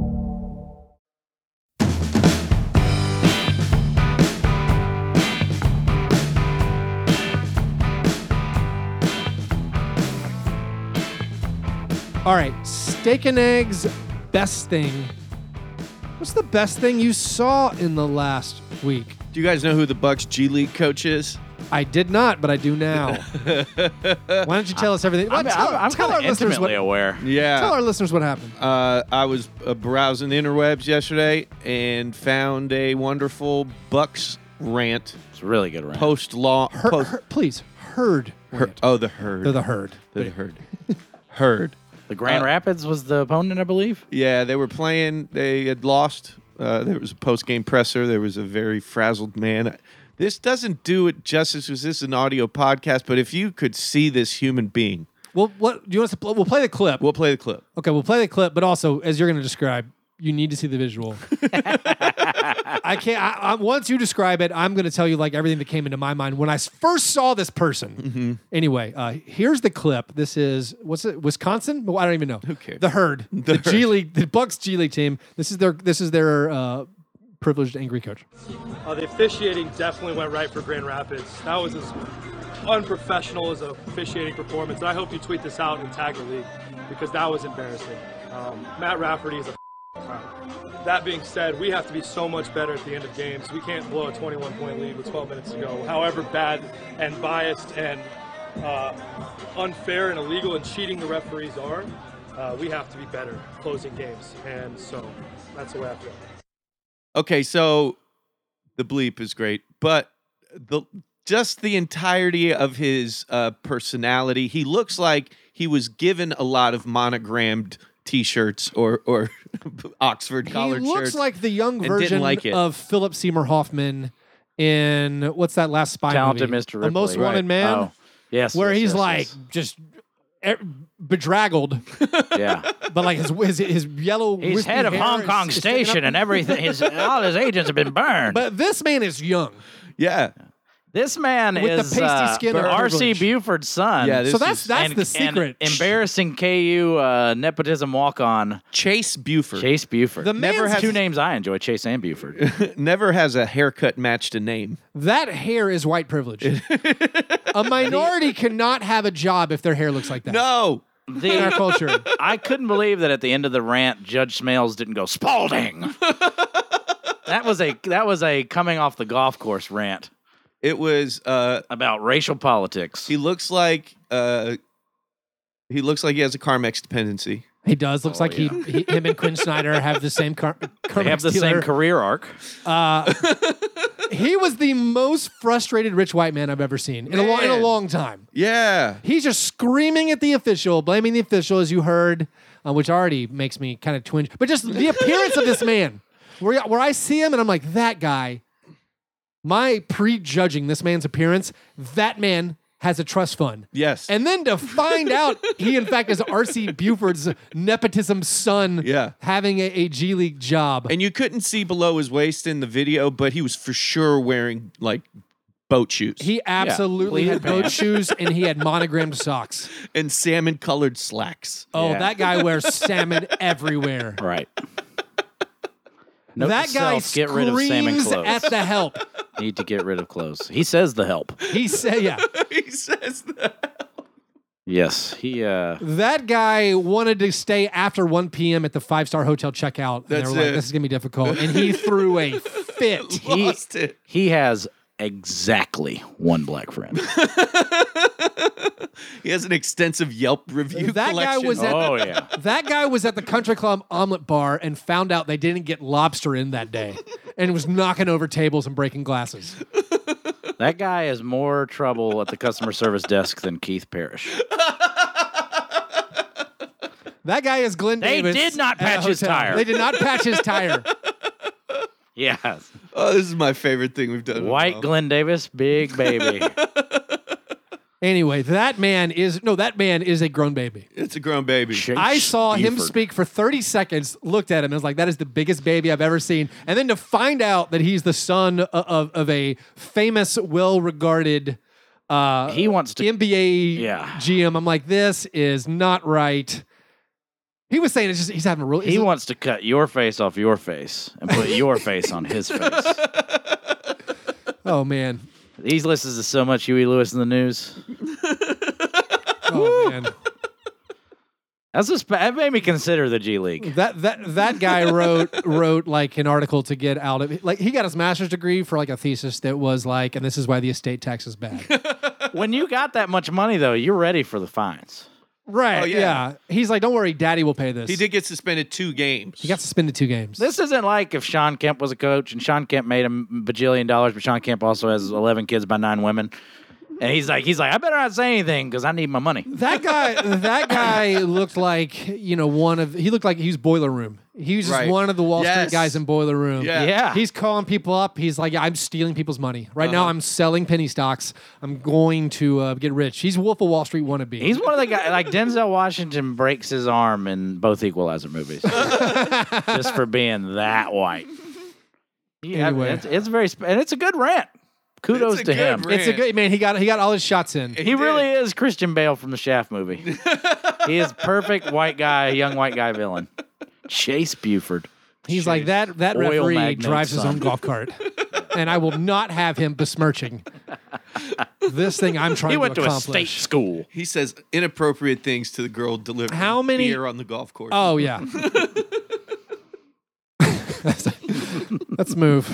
All right, steak and eggs, best thing. What's the best thing you saw in the last week? Do you guys know who the Bucks G League coach is? I did not, but I do now. Why don't you tell us everything? Well, I'm, tell I'm, I'm tell kind of our listeners what, intimately aware. Yeah. Tell our listeners what happened. Uh, I was uh, browsing the interwebs yesterday and found a wonderful Bucks rant It's a really good rant. post law. Her, her- please, herd. rant. oh, the herd. They're the herd. They're the herd. herd. the Grand Rapids was the opponent, I believe. Yeah, they were playing. They had lost. Uh, there was a post game presser. There was a very frazzled man. This doesn't do it justice because this is an audio podcast, but if you could see this human being, Well, what do you want us to? Pl- we'll play the clip. we'll play the clip. okay, we'll play the clip, but also as you're going to describe, you need to see the visual. I can't. I, I, once you describe it, I'm going to tell you like everything that came into my mind when I s- first saw this person. Mm-hmm. Anyway, uh, here's the clip. This is what's it? Wisconsin? Well, I don't even know. Who cares? The herd. The, G League. The Bucks G League team. This is their. This is their. Uh, Privileged angry coach. Uh, the officiating definitely went right for Grand Rapids. That was as unprofessional as an officiating performance. And I hope you tweet this out and tag the league because that was embarrassing. Um, Matt Rafferty is a clown. That being said, we have to be so much better at the end of games. We can't blow a 21 point lead with 12 minutes to go. However bad and biased and uh, unfair and illegal and cheating the referees are, uh, we have to be better closing games. And so that's the way I feel. Okay, so the bleep is great, but the just the entirety of his uh, personality, he looks like he was given a lot of monogrammed T-shirts or or Oxford He collared looks shirts. like the young and version didn't like it. of Philip Seymour Hoffman in what's that last spy Talented movie? Mr. The Ripley. Most Wanted Right. Man, Oh, yes. where yes, he's yes, like just er, bedraggled, yes. yeah. but like his his, his yellow. He's wispy head of hair Hong is- Kong is sticking up. Station and everything. His all his agents have been burned. But this man is young. yeah, this man with the is pasty uh, skin of R.C. privilege. Buford's son. yeah. So this that's is that's and- the and secret. embarrassing KU uh, nepotism walk on Chase Buford. Chase Buford. The Never man's has- two names I enjoy: Chase and Buford. Never has a haircut matched a name. That hair is white privilege. a minority cannot have a job if their hair looks like that. No, In our The- culture. I couldn't believe that at the end of the rant, Judge Smales didn't go Spalding. that was a that was a coming off the golf course rant it was. Uh, about racial politics. he looks like. Uh, he looks like he has a Carmex dependency. He does. Looks like he, he, him and Quinn Snyder have the same car. Oh, they have the same career arc. Uh, he was the most frustrated rich white man I've ever seen in a, long, in a Man. long time. Yeah, He's just screaming at the official, blaming the official, as you heard, uh, which already makes me kind of twinge. But just the appearance of this man, where, where I see him and I'm like, that guy, my prejudging this man's appearance, that man has a trust fund. yes, And then to find out he, in fact, is R.C. Buford's nepotism son Yeah. having a, a G League job. And you couldn't see below his waist in the video, but he was for sure wearing like boat shoes he absolutely pleated had boat pants. shoes and he had monogrammed socks. and salmon colored slacks. Oh, Yeah. that guy wears salmon everywhere. Right. Note that to guy self, get rid of salmon screams clothes. at the help. Need to get rid of clothes. He says the help. He said, "Yeah, he says that. Yes. He uh that guy wanted to stay after 1 p.m. at the five star hotel checkout. And they That's were like, it. this is gonna be difficult." And he threw a fit. he, Lost it. he has exactly one black friend. He has an extensive Yelp review. That guy collection. was at- oh yeah. That guy was at the country club omelet bar and found out they didn't get lobster in that day, and was knocking over tables and breaking glasses. That guy is more trouble at the customer service desk than Keith Parrish. That guy is Glenn They Davis. did at not a patch his hotel. tire. They did not patch his tire. Yeah. oh, this is my favorite thing we've done. White Glenn Davis, big baby. Anyway, that man is no, that man is a grown baby. It's a grown baby. Chase I saw him Buford. speak for 30 seconds, looked at him, and was like, that is the biggest baby I've ever seen. And then to find out that he's the son o- of, of a famous, well regarded uh, He wants to. NBA Yeah. GM, I'm like, this is not right. He was saying it's just he's having a real He he's- wants to cut your face off your face and put your face on his face. Oh man. These listens to so much Huey Lewis in the news. Oh man. That's just, that made me consider the G League. That that that guy wrote wrote like an article to get out of it. Like he got his master's degree for like a thesis that was like, and this is why the estate tax is bad. When you got that much money, though, you're ready for the fines. right. Oh, yeah. yeah. He's like, don't worry, daddy will pay this. He did get suspended two games. He got suspended two games. This isn't like if Sean Kemp was a coach and Sean Kemp made a bajillion dollars, but Sean Kemp also has 11 kids by nine women. And he's like, he's like, I better not say anything because I need my money. that guy, that guy looked like you know one of. He looked like he was boiler room. He was just Right. one of the Wall Street Yes. guys in boiler room. Yeah. Yeah. He's calling people up. He's like, I'm stealing people's money. Right now, I'm selling penny stocks. I'm going to uh, get rich. He's Wolf of Wall Street wannabe. He's one of the guys, like Denzel Washington breaks his arm in both Equalizer movies just for being that white. Yeah, I mean, Anyway. it's, it's very, sp- and it's a good rant. Kudos It's a to good him. rant. it's a good man. He got he got all his shots in. He really is Christian Bale from the Shaft movie. he is perfect white guy, young white guy villain. Chase Buford. He's like that. That Oil referee magnate, drives his son. own golf cart, and I will not have him besmirching this thing I'm trying He went to to a accomplish. state school. He says inappropriate things to the girl delivering How many- beer on the golf course. Oh yeah. Let's move.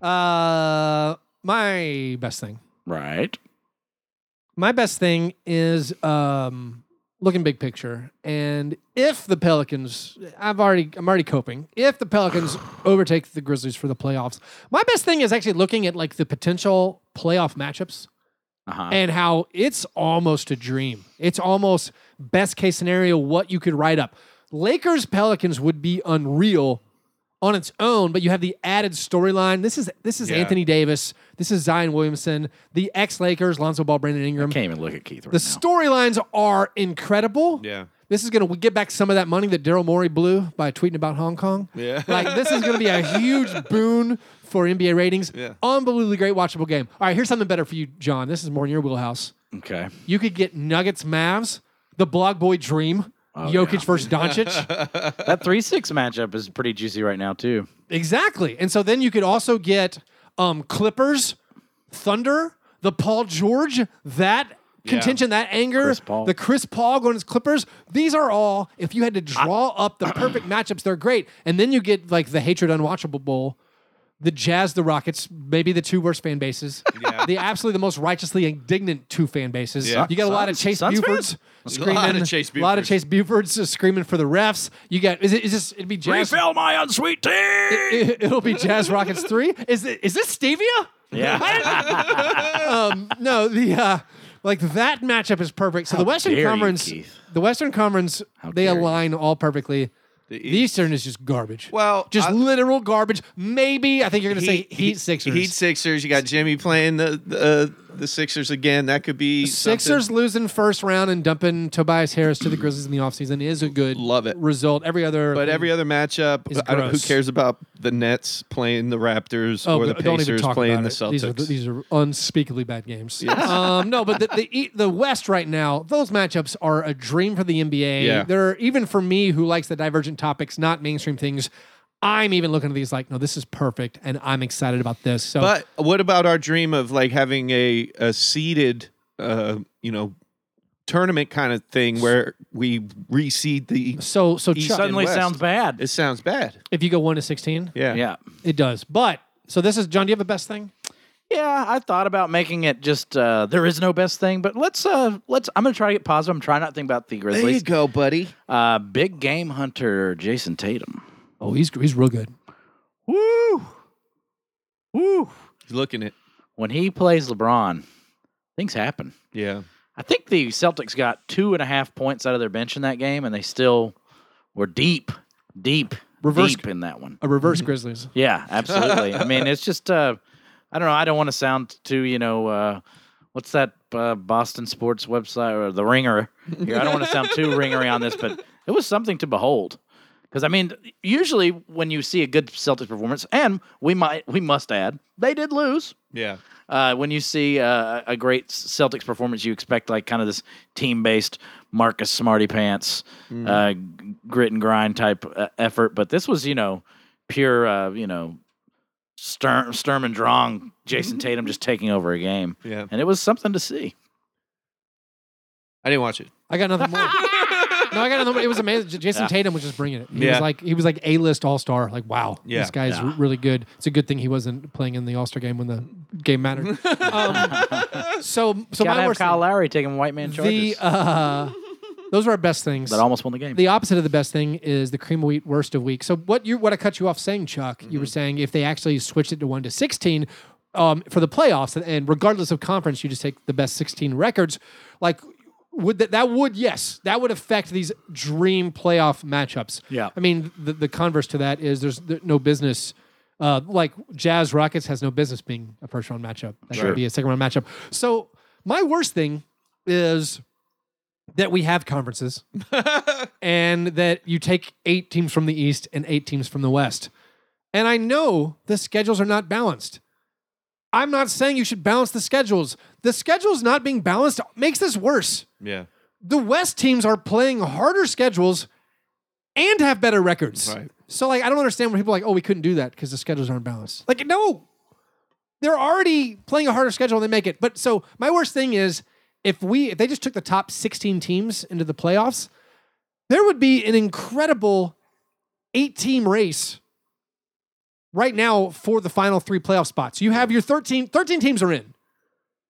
Uh, my best thing. Right. My best thing is um, looking big picture, and if the Pelicans, I've already, I'm already coping. If the Pelicans overtake the Grizzlies for the playoffs, my best thing is actually looking at like the potential playoff matchups Uh-huh. and how it's almost a dream. It's almost best case scenario what you could write up. Lakers Pelicans would be unreal on its own, but you have the added storyline. This is this is Yeah. Anthony Davis. This is Zion Williamson. The ex Lakers, Lonzo Ball, Brandon Ingram. Can't even look at Keith right The now. storylines are incredible. Yeah. This is going to get back some of that money that Daryl Morey blew by tweeting about Hong Kong. Yeah. Like, this is going to be a huge boon for NBA ratings. Yeah. Unbelievably great watchable game. All right, here's something better for you, John. This is more in your wheelhouse. okay. You could get Nuggets Mavs, the blog boy dream, Oh, Jokic versus Doncic. That 3 6 matchup is pretty juicy right now, too. exactly. And so then you could also get um, Clippers, Thunder, the Paul George, that contention, that anger, Chris Paul. the Chris Paul going to his Clippers. These are all, if you had to draw up the perfect matchups, they're great. And then you get like the Hatred Unwatchable Bowl. The Jazz, the Rockets, maybe the two worst fan bases. The absolutely the most righteously indignant two fan bases. Yeah. You got a lot of Chase Suns- Suns Bufords A screaming. lot of Chase a lot of Bufords. Chase Bufords just screaming for the refs. You got is it is this it'd be Jazz Refill my unsweet tea! it, will be Jazz Rockets three. Is it is this stevia? Yeah. um, no, the uh, like that matchup is perfect. So the Western dare you, Conference, Keith. the Western Conference, they dare you. align all perfectly. The The Eastern is just garbage. Well, just I- literal garbage. Maybe I think you're going to say Heat- Heat Sixers. Heat Sixers. You got Jimmy playing the the, uh, the Sixers again. That could be Sixers something. losing first round and dumping Tobias Harris to the Grizzlies in the offseason is a good Love it. result. Every other But every other matchup, Is I don't, who gross. Oh, cares about the Nets playing the Raptors or the but don't even Pacers talk playing about the it. Celtics? These are, these are unspeakably bad games. um, no, but the, the E- the West right now, those matchups are a dream for the NBA. Yeah. They're even for me who likes the divergent topics, not mainstream things. I'm even looking at these like, no, this is perfect, and I'm excited about this. So But what about our dream of like having a a seeded, uh, you know, tournament kind of thing where we reseed the? so so East Chuck, and Suddenly West. sounds bad. It sounds bad. if you go one to sixteen, Yeah. yeah. it does. But so this is John. Do you have a best thing? Yeah, I thought about making it just uh, there is no best thing, but let's uh let's I'm gonna try to get positive. I'm trying not to think about the There you Grizzlies. go, buddy. Uh big game hunter Jason Tatum. Oh, he's he's real good. Woo! Woo! He's looking it. When he plays LeBron, things happen. Yeah. I think the Celtics got two and a half points out of their bench in that game, and they still were deep, deep, Reverse- deep in that one. A reverse Grizzlies. Yeah, absolutely. I mean, it's just uh, I don't know. I don't want to sound too, you know, uh, what's that uh, Boston sports website or the Ringer? Here, I don't want to sound too ringery on this, but it was something to behold. Because I mean, usually when you see a good Celtics performance, and we might we must add they did lose. Yeah. Uh, when you see uh, a great Celtics performance, you expect like kind of this team-based Marcus Smarty Pants, Mm. uh, g- grit and grind type uh, effort. But this was, you know, pure, uh, you know, Sturm, Sturm and Drong, Jason Tatum just taking over a game, Yeah. and it was something to see. I didn't watch it. I got nothing more. no, I got nothing. More. It was amazing. J- Jason Tatum was just bringing it. He Yeah. was like he was like a list all star. Like wow, Yeah. this guy's Yeah. r- really good. It's a good thing he wasn't playing in the all star game when the game mattered. um, so so Gotta my have worst Kyle thing, Lowry taking white man the charges. uh, those were our best things. that almost won the game. the opposite of the best thing is the cream of wheat worst of week. So what you what I cut you off saying, Chuck, you were Mm-hmm. saying if they actually switched it to one to sixteen um, for the playoffs, and, and regardless of conference, you just take the best sixteen records. Like would that that would yes that would affect these dream playoff matchups. Yeah. I mean the the converse to that is there's th- no business. Uh, like Jazz Rockets has no business being a first round matchup. That should be a second round matchup. So my worst thing is that we have conferences and that you take eight teams from the East and eight teams from the West. And I know the schedules are not balanced. I'm not saying you should balance the schedules. The schedules not being balanced makes this worse. Yeah. The West teams are playing harder schedules and have better records. Right. So like I don't understand when people are like, oh, we couldn't do that because the schedules aren't balanced. Like, no. They're already playing a harder schedule and they make it. But so my worst thing is if we if they just took the top 16 teams into the playoffs, there would be an incredible eight team race right now for the final three playoff spots. You have your 13, 13 teams are in.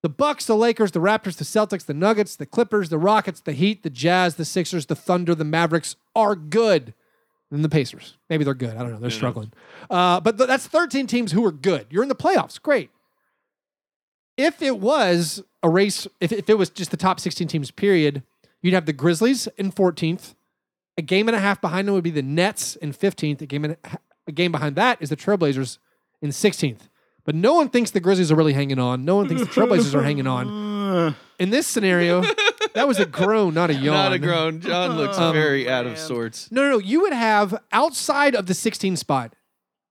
The Bucks, the Lakers, the Raptors, the Celtics, the Nuggets, the Clippers, the Rockets, the Heat, the Jazz, the Sixers, the Thunder, the Mavericks are good. And the Pacers. Maybe they're good. I don't know. They're struggling. Uh, but th- that's 13 teams who are good. You're in the playoffs. Great. If it was a race, if, if it was just the top 16 teams, period, you'd have the Grizzlies in 14th. A game and a half behind them would be the Nets in 15th. A game, and a, ha- a game behind that is the Trailblazers in 16th. But no one thinks the Grizzlies are really hanging on. No one thinks the Trailblazers are hanging on. In this scenario, that was a groan, not a yawn. Not a groan. John looks very out of sorts. No, no, no. You would have outside of the 16 spot,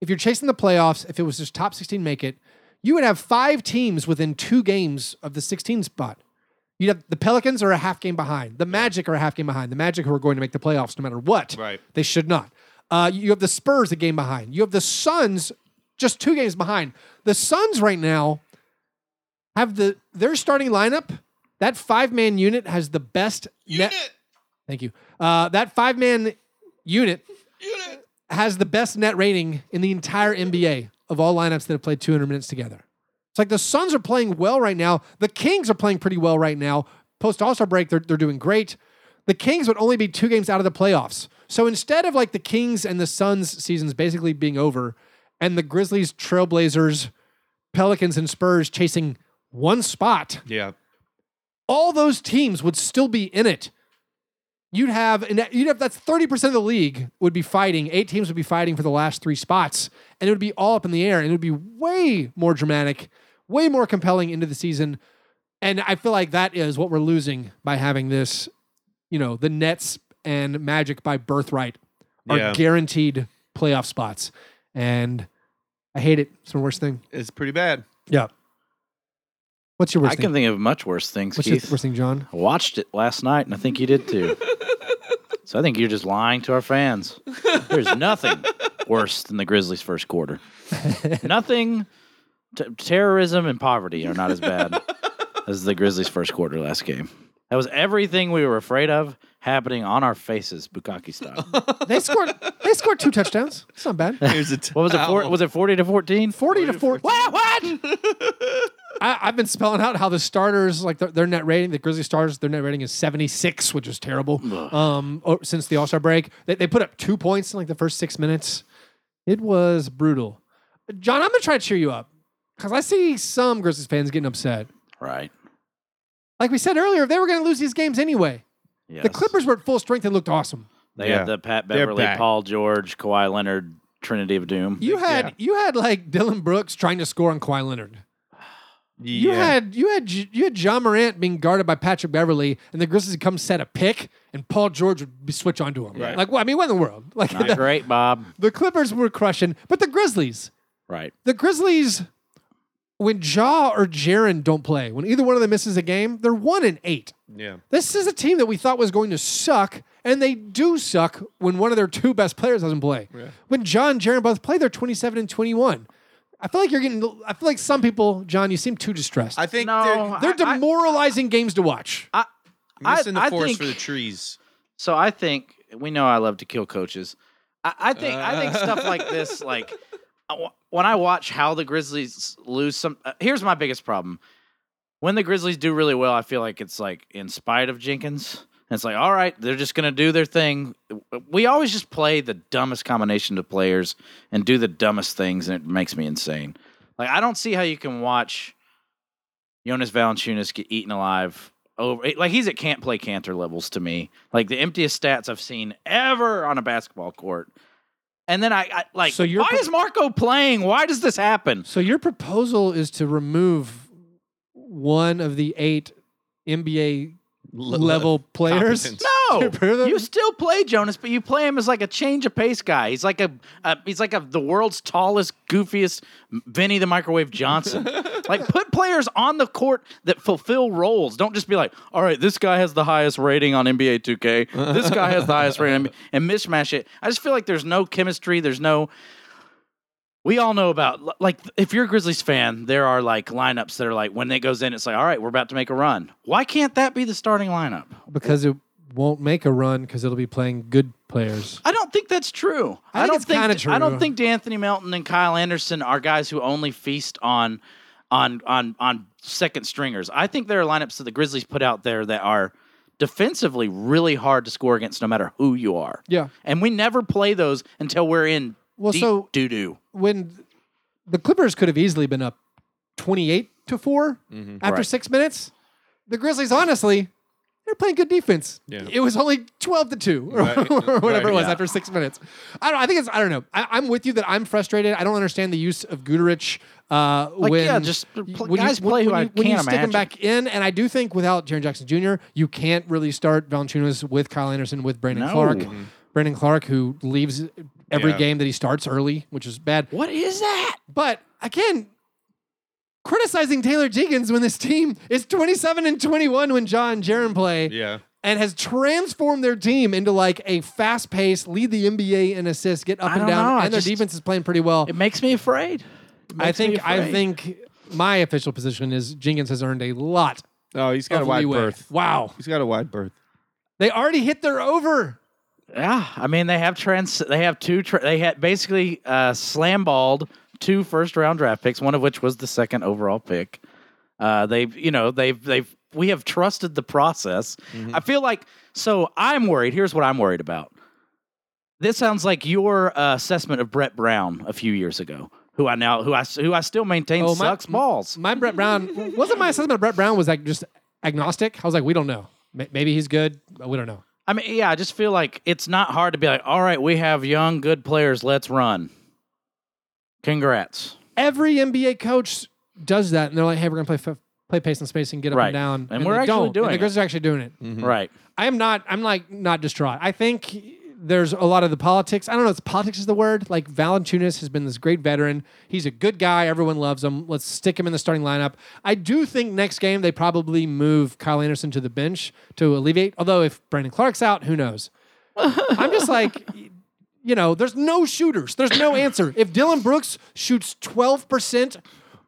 if you're chasing the playoffs, if it was just top 16 make it, you would have five teams within two games of the 16 spot. You'd have the Pelicans are a half game behind. The Magic are a half game behind. The Magic who are going to make the playoffs no matter what. Right. They should not. Uh, you have the Spurs a game behind. You have the Suns just two games behind. The Suns right now have the their starting lineup. That five man unit has the best net. Thank you. Uh, that five man unit has the best net rating in the entire NBA of all lineups that have played 200 minutes together. It's like the Suns are playing well right now. The Kings are playing pretty well right now. Post All Star break, they're, they're doing great. The Kings would only be two games out of the playoffs. So instead of like the Kings and the Suns seasons basically being over and the Grizzlies, Trailblazers, Pelicans, and Spurs chasing one spot, Yeah. all those teams would still be in it. You'd have and that- you'd have that's thirty percent of the league would be fighting. Eight teams would be fighting for the last three spots, and it would be all up in the air, and it would be way more dramatic, way more compelling into the season. And I feel like that is what we're losing by having this. You know, the Nets and Magic by birthright are Yeah. guaranteed playoff spots, and I hate it. It's the worst thing. It's pretty bad. Yeah. What's your worst I thing? can think of much worse things, What's your Keith. th- worst thing, John? I watched it last night, and I think you did too. so I think you're just lying to our fans. There's nothing worse than the Grizzlies' first quarter. nothing. T- terrorism and poverty are not as bad as the Grizzlies' first quarter last game. That was everything we were afraid of happening on our faces, Bukaki style. They scored. they scored two touchdowns. It's not bad. Here's a What was it? towel. Four, was it forty to fourteen? 40 to 40. What? what? I, I've been spelling out how the starters, like their, their net rating, the Grizzly starters, their net rating is 76, which is terrible um, o- since the All Star break. They, they put up two points in like the first six minutes. It was brutal. John, I'm going to try to cheer you up because I see some Grizzlies fans getting upset. Right. Like we said earlier, they were going to lose these games anyway. Yes. The Clippers were at full strength and looked awesome. They Yeah. had the Pat They're Beverly, back. Paul George, Kawhi Leonard, Trinity of Doom. You had you had like Dylan Brooks trying to score on Kawhi Leonard. You Yeah. had you had you had John Morant being guarded by Patrick Beverly, and the Grizzlies would come set a pick, and Paul George would be switch onto him. Right. Like, well, I mean, what in the world? Like, Not the, great, Bob. the Clippers were crushing, but the Grizzlies, Right. the Grizzlies, when Jaw or Jaron don't play, when either one of them misses a game, they're one and eight. Yeah. This is a team that we thought was going to suck, and they do suck when one of their two best players doesn't play. When John and Jaron both play, they're twenty-seven and twenty-one. I feel like you're getting. I feel like some people, John, you seem too distressed. I think No, They're I- I- demoralizing games to watch. they're missing I- I the forest think- for the trees. So I think we know I love to kill coaches. I, I think I think stuff like this, like I wa- when I watch how the Grizzlies lose some. Uh, here's my biggest problem: when the Grizzlies do really well, I feel like it's like in spite of Jenkins. And it's like, all right, they're just gonna do their thing. uh, We always just play the dumbest combination of players and do the dumbest things, and it makes me insane. Like I don't see how you can watch Jonas Valanciunas get eaten alive. Over it- like he's at can't play canter levels to me. Like the emptiest stats I've seen ever on a basketball court. And then I, I like, So so you're why pro- is Marco playing? Why does this happen? So your proposal is to remove one of the eight NBA level players. competence. No, Prove it? you still play Jonas, but you play him as like a change of pace guy. He's like a, a he's like a the world's tallest, goofiest Vinny the Microwave Johnson. like put players on the court that fulfill roles. Don't just be like, all right, this guy has the highest rating on NBA 2K. This guy has the highest rating, and mishmash it. I just feel like there's no chemistry. There's no we all know about like if you're a Grizzlies fan, there are like lineups that are like when it goes in, it's like all right, we're about to make a run. Why can't that be the starting lineup? Because it won't make a run because it'll be playing good players. I don't think that's true. I think don't it's kinda I true. don't think D'Anthony Melton and Kyle Anderson are guys who only feast on on on on second stringers. I think there are lineups that the Grizzlies put out there that are defensively really hard to score against, no matter who you are. Yeah. and we never play those until we're in Well, deep so- doo doo. When the Clippers could have easily been up 28 to 4 after Mm-hmm. Right. six minutes, the Grizzlies, honestly, they're playing good defense. Yeah. It was only 12 to 2 or, Right. or whatever it was Yeah. after six minutes. I don't I think it's, I don't know. I, I'm with you that I'm frustrated. I don't understand the use of Guterich. Uh, Like, when, yeah, just pl- guys when- play who when I you, when you can't stick 'em imagine. back in, and I do think without Jaron Jackson Jr., you can't really start Valanciunas with Kyle Anderson with Brandon No. Clark. Mhm. Brandon Clark, who leaves every Yeah. game that he starts early, which is bad. What is that? But again, criticizing Taylor Jenkins when this team is 27 and 21 when John and Jaron play Yeah. and has transformed their team into like a fast paced, lead the NBA in assists, get up I and don't down, know. I and their just- defense is playing pretty well. It makes me afraid. It I makes me think I afraid. think my official position is Jenkins has earned a lot. Oh, he's got of a wide leeway. berth. Wow. He's got a wide berth. They already hit their over. Yeah, I mean they have trans. They have two. Tra- they had basically uh, slam balled two first round draft picks, one of which was the second overall pick. Uh, they've you know they've they've we have trusted the process. Mm-hmm. I feel like so I'm worried. Here's what I'm worried about. This sounds like your uh, assessment of Brett Brown a few years ago, who I now who I s- who I still maintain Oh, my- sucks balls. My Brett Brown wasn't my assessment of Brett Brown was like just agnostic. I was like, we don't know. May- Maybe he's good. but We don't know. I mean, yeah, I just feel like it's not hard to be like, all right, we have young good players, let's run. Congrats. every NBA coach does that, and they're like, "Hey, we're gonna play f- play pace and space and get up Right. and down." And we're they actually don't. doing And the it. Grizzlies are actually doing it. Mm-hmm. Right. I am not. I'm like not distraught. I think there's a lot of the politics. I don't know. if politics is the word. Like Valanciunas has been this great veteran. He's a good guy. Everyone loves him. Let's stick him in the starting lineup. I do think next game they probably move Kyle Anderson to the bench to alleviate. Although if Brandon Clark's out, who knows? I'm just like. You know, there's no shooters. There's no answer. If Dylan Brooks shoots 12%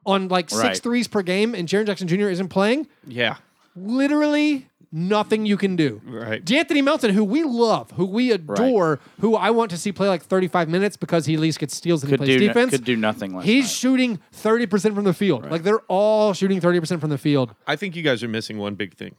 on like six Right. threes per game and Jaron Jackson Jr. isn't playing, Yeah. literally nothing you can do. Right. D'Anthony Melton, who we love, who we adore, who I want to see play like 35 minutes because he at least gets steals and Could he plays do no- defense. could do nothing last He's night. shooting 30% from the field. Like they're all shooting 30% from the field. I think you guys are missing one big thing.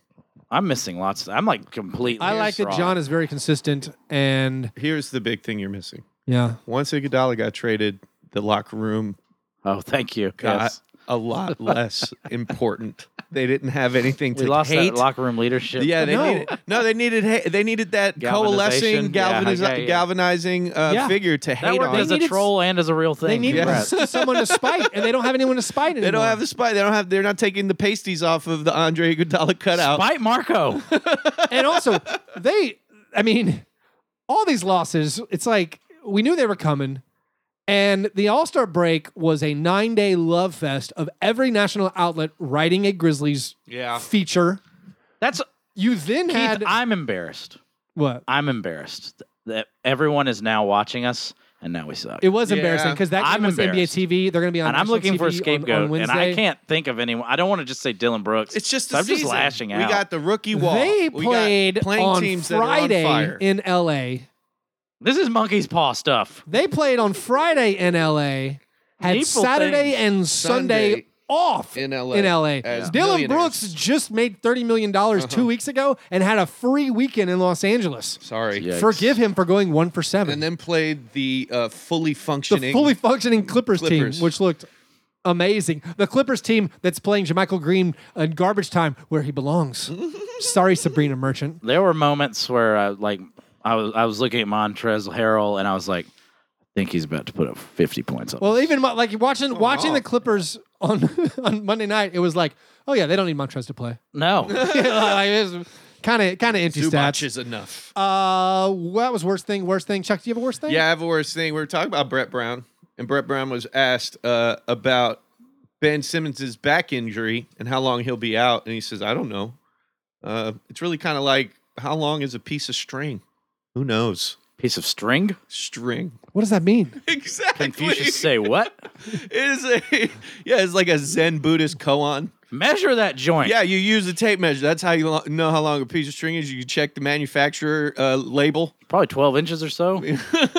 I'm missing lots. I'm like completely. I like that distraught. John is very consistent and Here's the big thing you're missing. yeah. Once Iguodala got traded, the locker room Oh, thank you. got Yes. a lot less important. They didn't have anything to We lost hate. that locker room leadership. yeah, they No. needed no. They needed ha- they needed that coalescing, Galvanization. Yeah, galvaniz- yeah, yeah. galvanizing uh, Yeah. figure to that hate worked on. as a troll and as a real thing. They need Congrats. someone to spite, and they don't have anyone to spite anymore. They don't have the spy. They don't have. They're not taking the pasties off of the Andre Iguodala cutout. Bite Marco. and also they i mean all these losses it's like we knew they were coming and the all-star break was a nine-day love fest of every national outlet writing a grizzlies Yeah. feature That's you then had Keith. I'm embarrassed. what I'm embarrassed that everyone is now watching us, and now we suck. it was Yeah. embarrassing because that I'm game was NBA embarrassed. TV. They're going to be on. and I'm national looking for a TV on- on scapegoat, and I Wednesday. can't think of anyone. I don't want to just say Dylan Brooks. It's just So the I'm just season. lashing We out. got the rookie wall. They We got played playing on teams Friday that are on fire. in LA. this is monkey's paw stuff. They played on Friday in LA, had People Saturday think and Sunday, Sunday off in LA In LA, as Dylan millionaires. Uh-huh. Brooks just made thirty million dollars two weeks ago and had a free weekend in Los Angeles. Sorry. Yeah. Yikes. Forgive him for going one for seven. And then played the uh, fully functioning. the fully functioning Clippers, Clippers. team, which looked amazing. The Clippers team that's playing Jamichael Green in garbage time where he belongs. Sorry, Sabrina Merchant. There were moments where, I, like, I was I was looking at Montrez Harrell, and I was like, I think he's about to put up 50 points. On Well, us. even mo- like watching watching the Clippers on on Monday night, it was like, oh yeah, they don't need Montrez to play. no. kind of kind of empty Zubac stats. is enough. Uh, what was worst thing? Worst thing? Chuck, do you have a worst thing? Yeah, I have a worse thing. We were talking about Brett Brown, and Brett Brown was asked uh, about Ben Simmons' back injury and how long he'll be out, and he says, "I don't know." Uh, it's really kind of like how long is a piece of string? Who knows? Piece of string? String. What does that mean? Exactly. Confucius say what? it is a yeah. It's like a Zen Buddhist koan. Measure that joint. Yeah, you use the tape measure. That's how you lo- know how long a piece of string is. You can check the manufacturer uh, label. Probably 12 inches or so.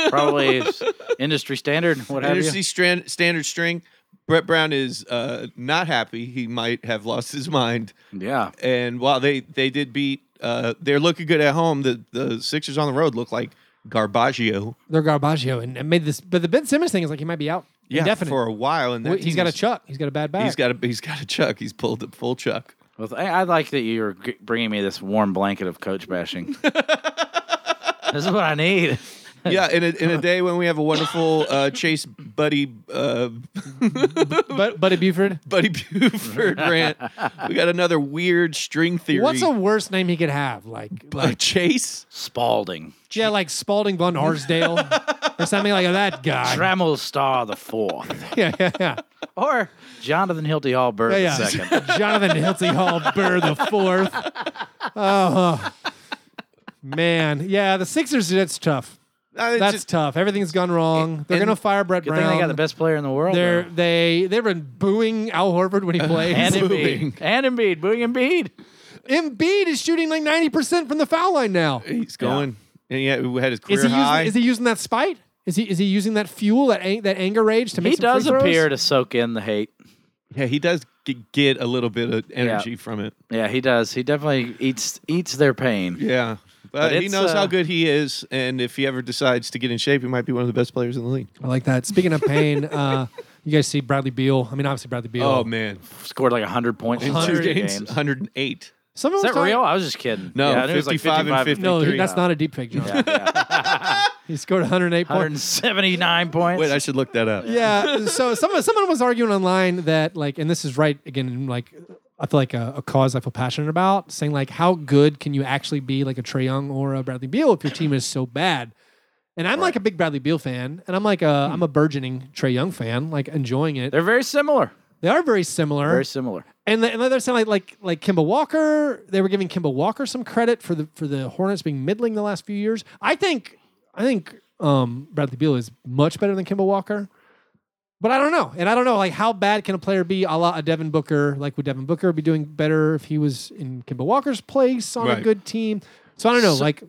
Probably s- industry standard, what have Industry you. stran- standard string. Brett Brown is uh, not happy. He might have lost his mind. Yeah. And while they they did beat, uh, they're looking good at home. The the Sixers on the road look like Garbaggio. They're Garbaggio and, and made this, but the Ben Simmons thing is like he might be out. indefinite. for a while, and that Well, he's got a team's- chuck. He's got a bad back. He's got a he's got a chuck. He's pulled a full chuck. Well, th- I, I like that you're g- bringing me this warm blanket of coach bashing. this is what I need. Yeah, in a, in a day when we have a wonderful uh, Chase Buddy uh, but Buddy Buford. Buddy Buford rant, we got another weird string theory. What's a worse name he could have? Like, a like chase? Spalding, yeah, like Spalding von Arsdale or something like that guy. Trammel Star the Fourth, yeah, yeah, yeah. or Jonathan Hilty Allbird Yeah, the yeah. Second. Jonathan Hilty Hall Burr the fourth. Oh man, yeah. The Sixers. That's tough. Uh, it's That's just- tough. Everything's gone wrong. They're and- gonna fire Brett Good Brown. thing they got the best player in the world. They're though. they they've been booing Al Horford when he plays. and moving. Embiid, and Embiid, booing Embiid. Embiid is shooting like ninety percent from the foul line now. he's going. And yeah, we had his career Is he high. using, is he using that spite? Is he is he using that fuel that ang- that anger rage to make? He some free does throws? appear to soak in the hate. yeah, he does g- get a little bit of energy from it. Yeah, he does. He definitely eats eats their pain. Yeah. But, he it's, knows how uh, good he is, and if he ever decides to get in shape, he might be one of the best players in the league. I like that. Speaking of pain, uh, you guys see Bradley Beal. I mean, obviously Bradley Beal. Oh man, Scored like hundred points in two games. Is 108. Someone was that talking- real? I was just kidding. No, I knew it was 55 and 50. No, 53. that's not a deep fake, John. he scored 108 points. 179 points. Wait, I should look that up. Yeah. So someone someone was arguing online that like, and this is right again. Like, I feel like a, a cause I feel passionate about, saying like, how good can you actually be like a Trey Young or a Bradley Beal if your team is so bad? And I'm like a big Bradley Beal fan, and I'm like a I'm a burgeoning Trey Young fan, like enjoying it. Hmm. They're very similar. They are very similar. Very similar. And, the, and they're saying like like like Kimba Walker, they were giving Kimba Walker some credit for the for the Hornets being middling the last few years. I think I think um, Bradley Beal is much better than Kimba Walker, but I don't know, and I don't know like how bad can a player be? A la a Devin Booker, like would Devin Booker be doing better if he was in Kimba Walker's place on a Right. good team? So I don't know, So- like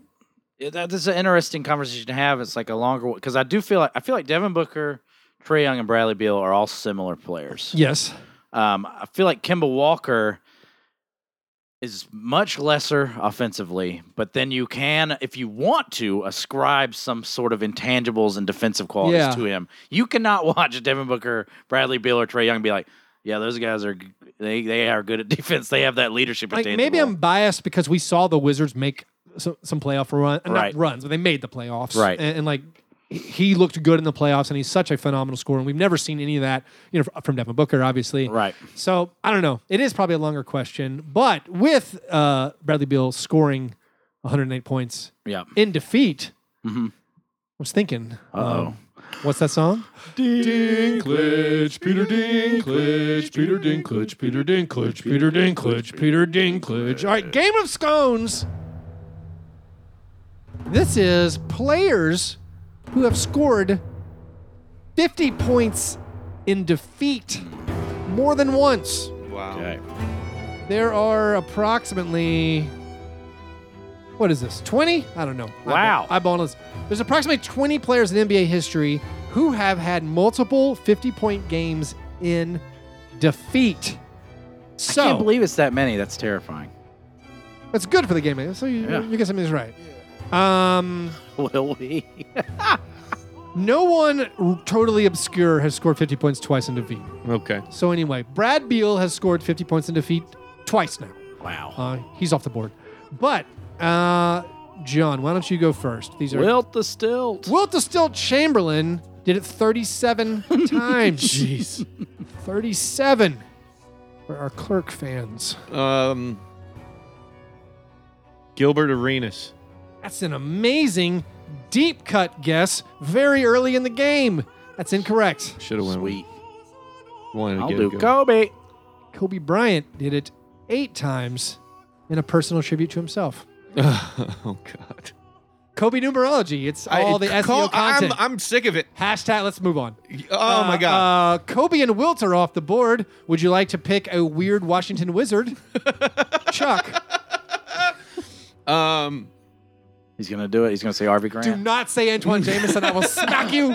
Yeah, that- That's an interesting conversation to have. It's like a longer one because I do feel like I feel like Devin Booker, Trey Young, and Bradley Beal are all similar players. yes, Um, I feel like Kemba Walker is much lesser offensively, but then you can, if you want to, ascribe some sort of intangibles and defensive qualities Yeah. to him. You cannot watch Devin Booker, Bradley Beal, or Trey Young and be like, yeah, those guys are g- they they are good at defense. They have that leadership like intangible. maybe I'm biased because we saw the Wizards make some, some playoff run, Right. not runs, but they made the playoffs. Right. And, and, like he- he looked good in the playoffs, and he's such a phenomenal scorer, and we've never seen any of that, you know, from Devin Booker, obviously. Right. So I don't know. It is probably a longer question, but with uh, Bradley Beal scoring 108 points yeah. Mm-hmm. in defeat, I was thinking, Uh-oh. um, what's that song? Dinklage, Peter Dinklage, Peter Dinklage, Peter Dinklage, Peter Dinklage, Peter Dinklage. All right, Game of Scones. This is players who have scored 50 points in defeat more than once. Wow. Okay. There are approximately, what is this, 20? I don't know. Wow. I this. There's approximately 20 players in NBA history who have had multiple 50 point games in defeat. So, I can't believe it's that many. That's terrifying. That's good for the game, man. So you, Yeah. you get something that's right. Um, Will we? no one r- totally obscure has scored 50 points twice in defeat. Okay. So anyway, Brad Beal has scored 50 points in defeat twice now. Wow. Uh, he's off the board. But uh, John, why don't you go first? These are Wilt the Stilt. Wilt still Chamberlain did it 37 times. Jeez. 37 for our clerk fans. um, Gilbert Arenas. That's an amazing deep cut guess very early in the game. That's incorrect. Should have went Sweet. One I'll again. do Kobe. Kobe Bryant did it eight times in a personal tribute to himself. oh God. Kobe numerology. It's all the call- SEO content. I'm, I'm sick of it. Hashtag. Let's move on. Oh my God. Uh, Kobe and Wilt are off the board. Would you like to pick a weird Washington wizard? Chuck, uh, um, He's gonna do it. He's gonna say Harvey Grant. do not say Antoine Jameson. I will smack you.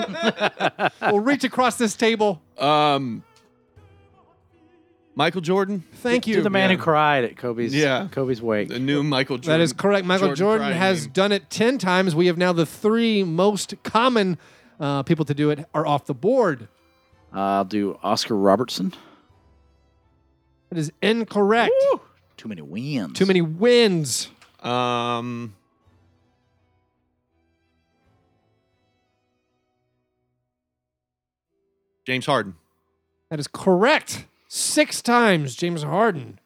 we'll reach across this table. um, Michael Jordan. Thank To you. the man Yeah. who cried at Kobe's Yeah. Kobe's wake. The new Michael Jordan. That is correct. Michael Jordan, Crying has Game. done it 10 times. We have now the three most common uh, people to do it are off the board. I'll do Oscar Robertson. That is incorrect. Too many wins. Too many wins. Um. James Harden. That is correct. Six times, James Harden.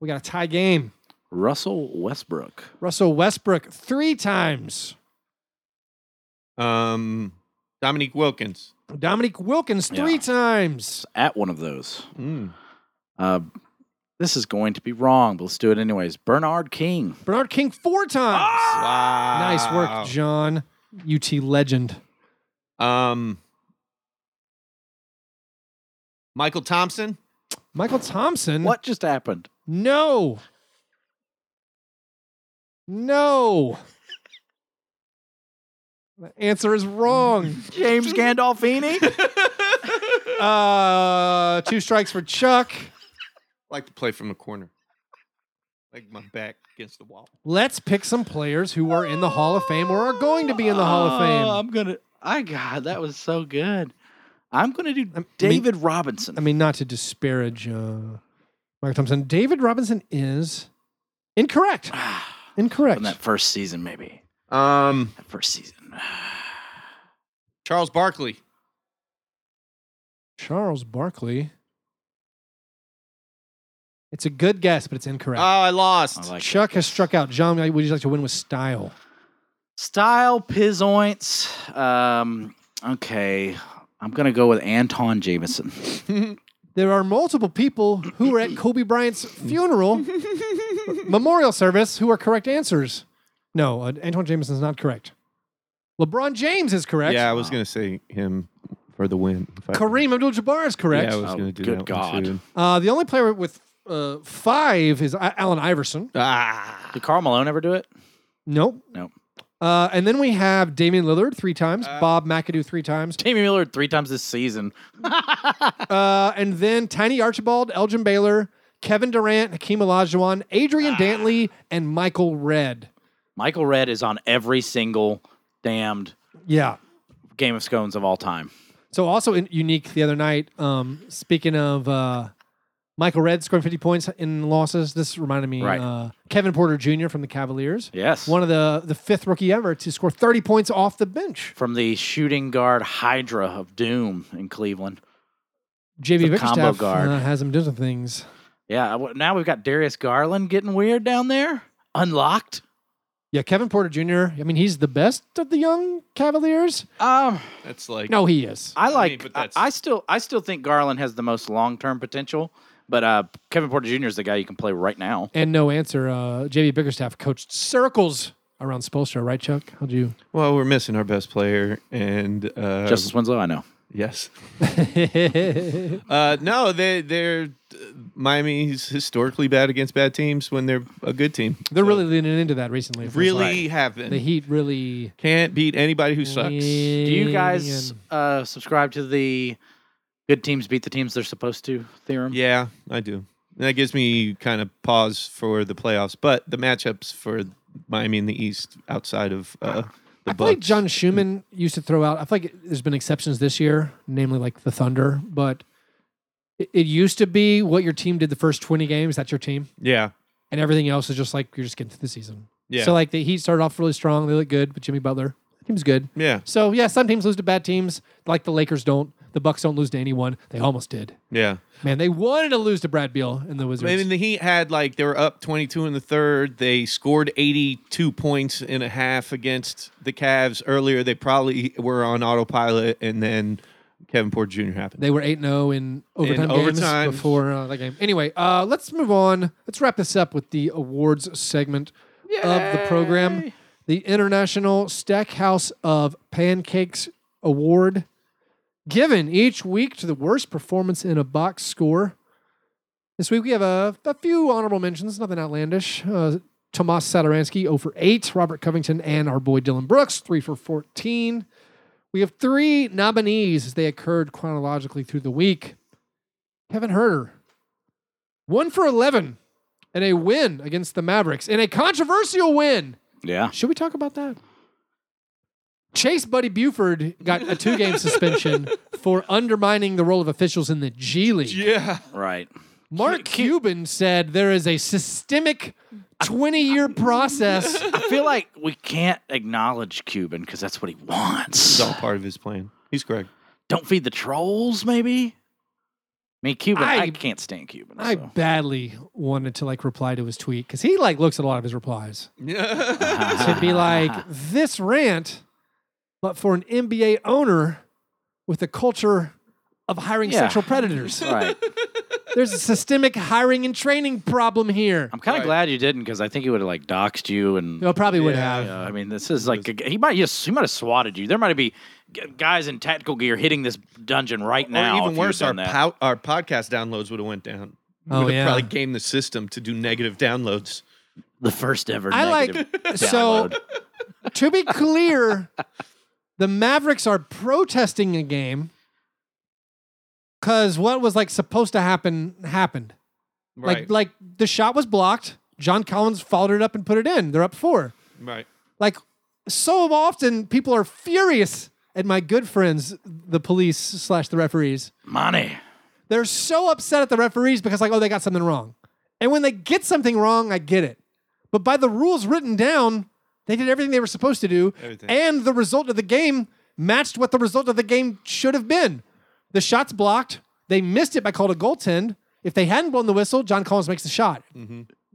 We got a tie game. Russell Westbrook. Russell Westbrook, three times. Um. Dominique Wilkins. Dominique Wilkins, three Yeah. times. At one of those. Hmm. Mm. Uh, this is going to be wrong, but let's do it anyways. Bernard King. Bernard King, four times. Wow. Ah! Nice work, John. UT legend. Um. Michael Thompson. Michael Thompson. What just happened? No. No. the answer is wrong. James Gandolfini? Uh, two strikes for Chuck. like to play from the corner. Like my back against the wall. Let's pick some players who are in the Hall of Fame or are going to be in the Hall of Fame. Oh, I'm gonna. I God, that was so good. I'm gonna do I mean- David Robinson. I mean, not to disparage uh, Michael Thompson. David Robinson is incorrect. Incorrect. from that first season, maybe Um, that first season. Charles Barkley. Charles Barkley. It's a good guess, but it's incorrect. Oh, I lost. I like Chuck has struck out. John, would you like to win with style? style Pizoints. Um, okay, I'm gonna go with Anton Jameson. There are multiple people who were at Kobe Bryant's funeral memorial service who are correct answers. No, uh, Antoine Jameson is not correct. LeBron James is correct. Yeah, I was gonna say him for the win. if I- Kareem Abdul-Jabbar is correct. Yeah, I was Oh, gonna do good that God. One too. Uh, the only player with uh, five is I- Allen Iverson. Ah, Did Carl Malone ever do it? Nope. Nope. Uh, and then we have Damian Lillard three times, Ah. Bob McAdoo three times, Damian Miller three times this season. uh, and then Tiny Archibald, Elgin Baylor, Kevin Durant, Hakeem Olajuwon, Adrian Ah. Dantley, and Michael Red. Michael Red is on every single damned Yeah. Game of Scones of all time. So also in, unique the other night. Um, speaking of uh, Michael Red scoring 50 points in losses, this reminded me Right. uh, Kevin Porter Jr. from the Cavaliers, Yes, one of the the fifth rookie ever to score 30 points off the bench. from the shooting guard Hydra of Doom in Cleveland. JV The combo Bickerstaff guard. uh, has him doing some things. Yeah, w- now we've got Darius Garland getting weird down there. Unlocked. Yeah, Kevin Porter Jr. I mean, he's the best of the young Cavaliers. Um, that's like No, he is. I like. I, but that's- I still, I still think Garland has the most long term potential. But uh, Kevin Porter Jr. is the guy you can play right now. And no answer. Uh, JV Bickerstaff coached circles around Spolstra, right, Chuck? How'd you? Well, we're missing our best player, and uh, Justice Winslow, I know. yes. yeah, Uh, no, they they're uh, Miami's historically bad against bad teams when they're a good team. they're really leaning into that recently. it feels like. really the haven't Heat really can't beat anybody who sucks. Do you guys uh, subscribe to the good teams beat the teams they're supposed to theorem? Yeah, I do. And that gives me kind of pause for the playoffs, but the matchups for Miami in the East outside of uh, the I feel like Bucks. John Schumann used to throw out. I feel like there's been exceptions this year, namely like the Thunder, but it, it used to be what your team did the first 20 games. That's your team, Yeah, and everything else is just like you're just getting through the season. yeah, So like the Heat started off really strong. They look good, but Jimmy Butler, that team's good. yeah, So yeah, some teams lose to bad teams, like the Lakers don't. The Bucks don't lose to anyone. They almost did. yeah. Man, they wanted to lose to Brad Beal and the Wizards. I mean, the Heat had like they were up 22 in the third. They scored 82 points and a half against the Cavs earlier. They probably were on autopilot, and then Kevin Porter Jr. happened. They were 8 0 in overtime games overtime. before uh, that game. Anyway, uh, let's move on. Let's wrap this up with the awards segment of the program. The International Stackhouse of Pancakes Award, given each week to the worst performance in a box score. This week we have a, a few honorable mentions, nothing outlandish. Uh, Tomas Sadaransky, 0 for 8. Robert Covington and our boy Dylan Brooks, 3 for 14. We have three nominees as they occurred chronologically through the week. Kevin Herter, One for 11 and a win against the Mavericks and a controversial win. Yeah. Should we talk about that? Chase Buddy Buford got a two game suspension for undermining the role of officials in the G League. Yeah. Right. Mark Cuban said there is a systemic 20 year process. I feel like we can't acknowledge Cuban because that's what he wants. It's all part of his plan. He's correct. Don't feed the trolls, maybe? I mean, Cuban, I, I- can't stand Cuban. I so. badly wanted to like reply to his tweet because he like looks at a lot of his replies Yeah. to be like this rant, but for an NBA owner with a culture of hiring Yeah. sexual predators. right. There's a systemic hiring and training problem here. I'm kind of Right. glad you didn't because I think he would have like doxed you and. Well, probably would Yeah. have. Yeah, I mean, this is like he might just he might have swatted you. There might be g- guys in tactical gear hitting this dungeon right or now. if even you had worse, our done that. pow- our podcast downloads would have went down. Oh, would have yeah. probably gamed the system to do negative downloads. the first ever. I like- negative so- download. to be clear, the Mavericks are protesting a game because what was like supposed to happen happened. Like like the shot was blocked. John Collins followed it up and put it in. They're up four. right. Like so often, people are furious at my good friends, the police slash the referees. money. They're so upset at the referees because like oh they got something wrong, and when they get something wrong, I get it. But by the rules written down, they did everything they were supposed to do, Everything. and the result of the game matched what the result of the game should have been. The shot's blocked. They missed it by called a goaltend. If they hadn't blown the whistle, John Collins makes the shot.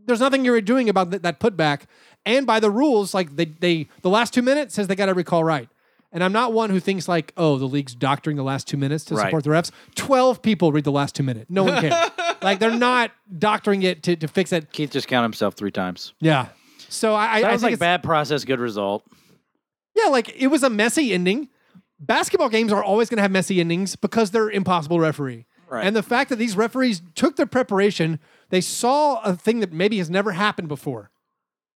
There's nothing you're doing about th- that putback. And by the rules, like they, they the last two minutes says they got every call right. And I'm not one who thinks like, oh, the league's doctoring the last two minutes to Right. support the refs. Twelve people read the last two minutes. No one cares. like they're not doctoring it to, to fix it. Keith just counted himself three times. Yeah. So I, I, I Sounds think like it's- bad process, good result. Yeah, like it was a messy ending. Basketball games are always going to have messy endings because they're impossible to referee. Right. And the fact that these referees took their preparation, they saw a thing that maybe has never happened before,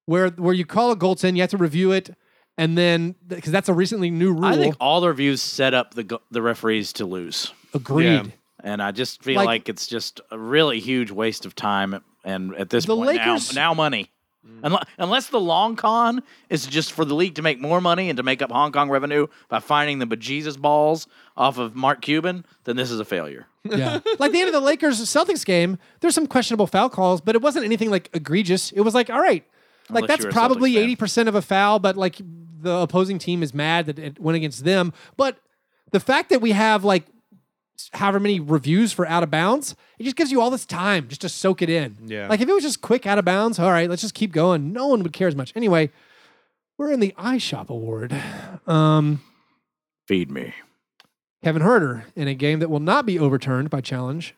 where where you call a goaltend, you have to review it, and then because that's a recently new rule. I think all the reviews set up the go- the referees to lose, agreed. Yeah. and I just feel Like- like, it's just a really huge waste of time. And at this The point, now- Lakers- now money. Unle- Unless the long con is just for the league to make more money and to make up Hong Kong revenue by finding the bejesus balls off of Mark Cuban, then this is a failure. Yeah. like the end of the Lakers Celtics game, there's some questionable foul calls, but it wasn't anything like egregious. It was like, all right, like Unless that's you're a probably Celtics fan. 80% of a foul, but like the opposing team is mad that it went against them. But the fact that we have like however many reviews for out of bounds, it just gives you all this time just to soak it in. Yeah. Like if it was just quick out of bounds, all right, let's just keep going. No one would care as much. Anyway, we're in the iShop Award. Um, Feed me. Kevin Herter in a game that will not be overturned by challenge.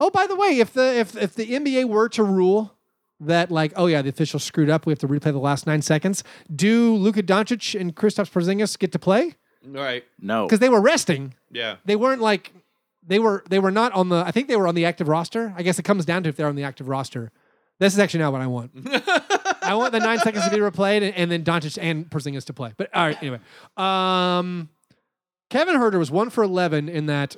Oh, by the way, if the if if the NBA were to rule that like, oh yeah, the official screwed up, we have to replay the last nine seconds. Do Luka Doncic and Kristaps Porzingis get to play Right. No. because they were resting? Yeah. They weren't like they were they were not on the. I think they were on the active roster. I guess it comes down to if they're on the active roster. This is actually not what I want. I want the nine seconds to be replayed and, and then Doncic and Porzingis to play. But all right, anyway. Um, Kevin Herter was one for 11 in that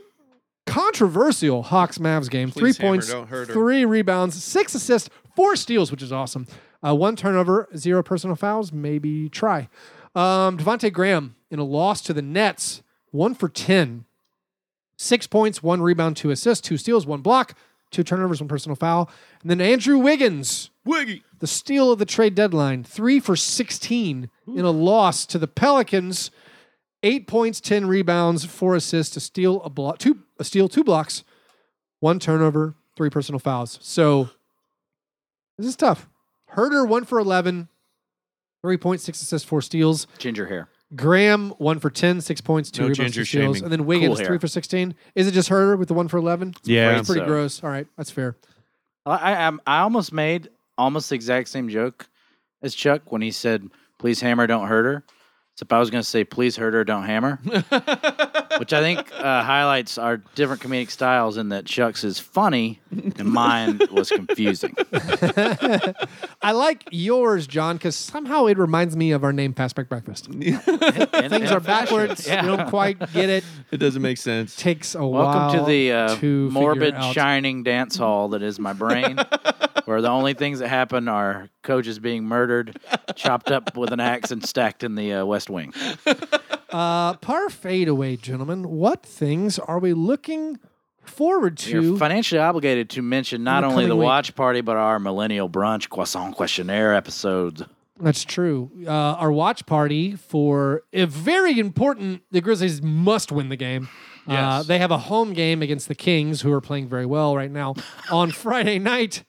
controversial Hawks Mavs game. Please, three Hammer, points, don't hurt her. three rebounds, six assists, four steals, which is awesome. Uh, one turnover, zero personal fouls, maybe try. Um, Devontae Graham in a loss to the Nets, one for 10. Six points, one rebound, two assists, two steals, one block, two turnovers, one personal foul. And then Andrew Wiggins Wiggy. the steal of the trade deadline, three for 16 in a loss to the Pelicans, eight points, 10 rebounds, four assists, a steal, a block, two, a steal, two blocks, one turnover, three personal fouls. So this is tough. Herder, one for 11, three points, six assists, four steals. Ginger hair. Graham, one for 10, six points, two No rebounds, two ginger steals. shaming. And then Wiggins, Cool hair. three for 16. Is it just Herder with the one for 11? Yeah. It's pretty So- gross. All right, that's fair. I, I I'm- I almost made almost the exact same joke as Chuck when he said, "Please hammer, don't hurt her." Except I was going to say, please hurt her, don't hammer. Which I think uh, highlights our different comedic styles in that Chuck's is funny and mine was confusing. I like yours, John, because somehow it reminds me of our name, Fast Break Breakfast. And- Things and are fashion. backwards. Yeah. You don't quite get it. It doesn't make sense. Takes a while. Welcome to the uh, to morbid, figure out. shining dance hall that is my brain, where the only things that happen are coaches being murdered, chopped up with an axe, and stacked in the uh, West Wing. Uh, par fadeaway, gentlemen. What things are we looking forward You're to? financially obligated to mention not the only the coming week. watch party, but our millennial brunch croissant questionnaire episodes. That's true. Uh, our watch party for a very important. The Grizzlies must win the game. Uh, Yes. they have a home game against the Kings, who are playing very well right now, on Friday night.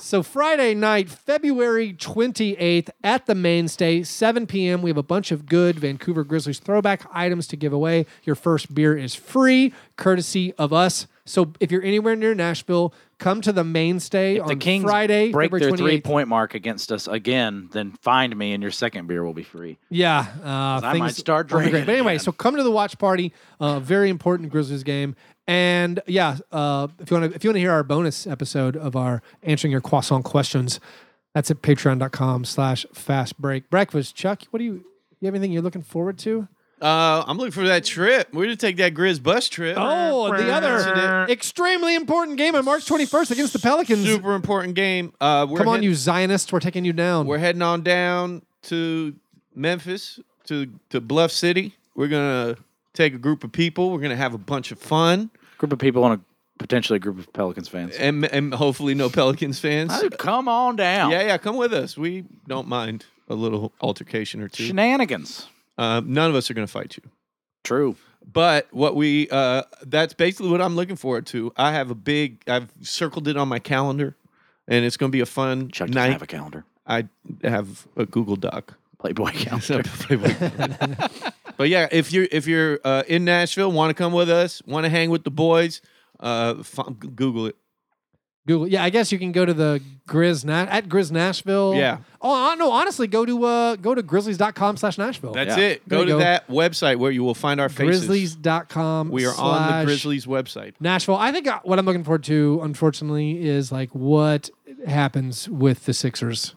So Friday night, February 28th at the Mainstay, 7 p.m. We have a bunch of good Vancouver Grizzlies throwback items to give away. Your first beer is free, courtesy of us. So if you're anywhere near Nashville, come to the Mainstay If on the Kings Friday, break February their 28th. three point mark against us again, then find me and your second beer will be free. Yeah, uh, I might things start are great. drinking But anyway, again. so come to the watch party. Uh, very important Grizzlies game, and yeah, uh, if you want to, if you want to hear our bonus episode of our answering your croissant questions, that's at Patreon.com/slash Fast Break Breakfast. Chuck, what do you? You have anything you're looking forward to? Uh, I'm looking for that trip. We're gonna take that Grizz bus trip. Oh, the other extremely important game on March 21st against the Pelicans. super important game. Uh, we're Come on, head- you Zionists! We're taking you down. We're heading on down to Memphis to to Bluff City. We're gonna take a group of people. We're gonna have a bunch of fun Group of people and a potentially a group of Pelicans fans. and and hopefully no Pelicans fans. Oh, come on down. Yeah, yeah, come with us. We don't mind a little altercation or two. Shenanigans. Uh, none of us are gonna fight you. True. But what we uh that's basically what I'm looking forward to. I have a big I've circled it on my calendar and it's gonna be a fun Chuck doesn't night. have a calendar. I have a Google Doc. Playboy calendar. Playboy calendar. but yeah, if you're if you're uh, in Nashville, want to come with us, want to hang with the boys, uh, f- Google it. Google. Yeah, I guess you can go to the Grizz Na- at Grizz Nashville. Yeah. Oh uh, no, honestly, go to uh go to grizzlies.com slash Nashville. That's Yeah. it. There Go you to go. that website where you will find our faces. Grizzlies.com. We are on the slash Grizzlies website. Nashville. I think uh, what I'm looking forward to, unfortunately, is like what happens with the Sixers.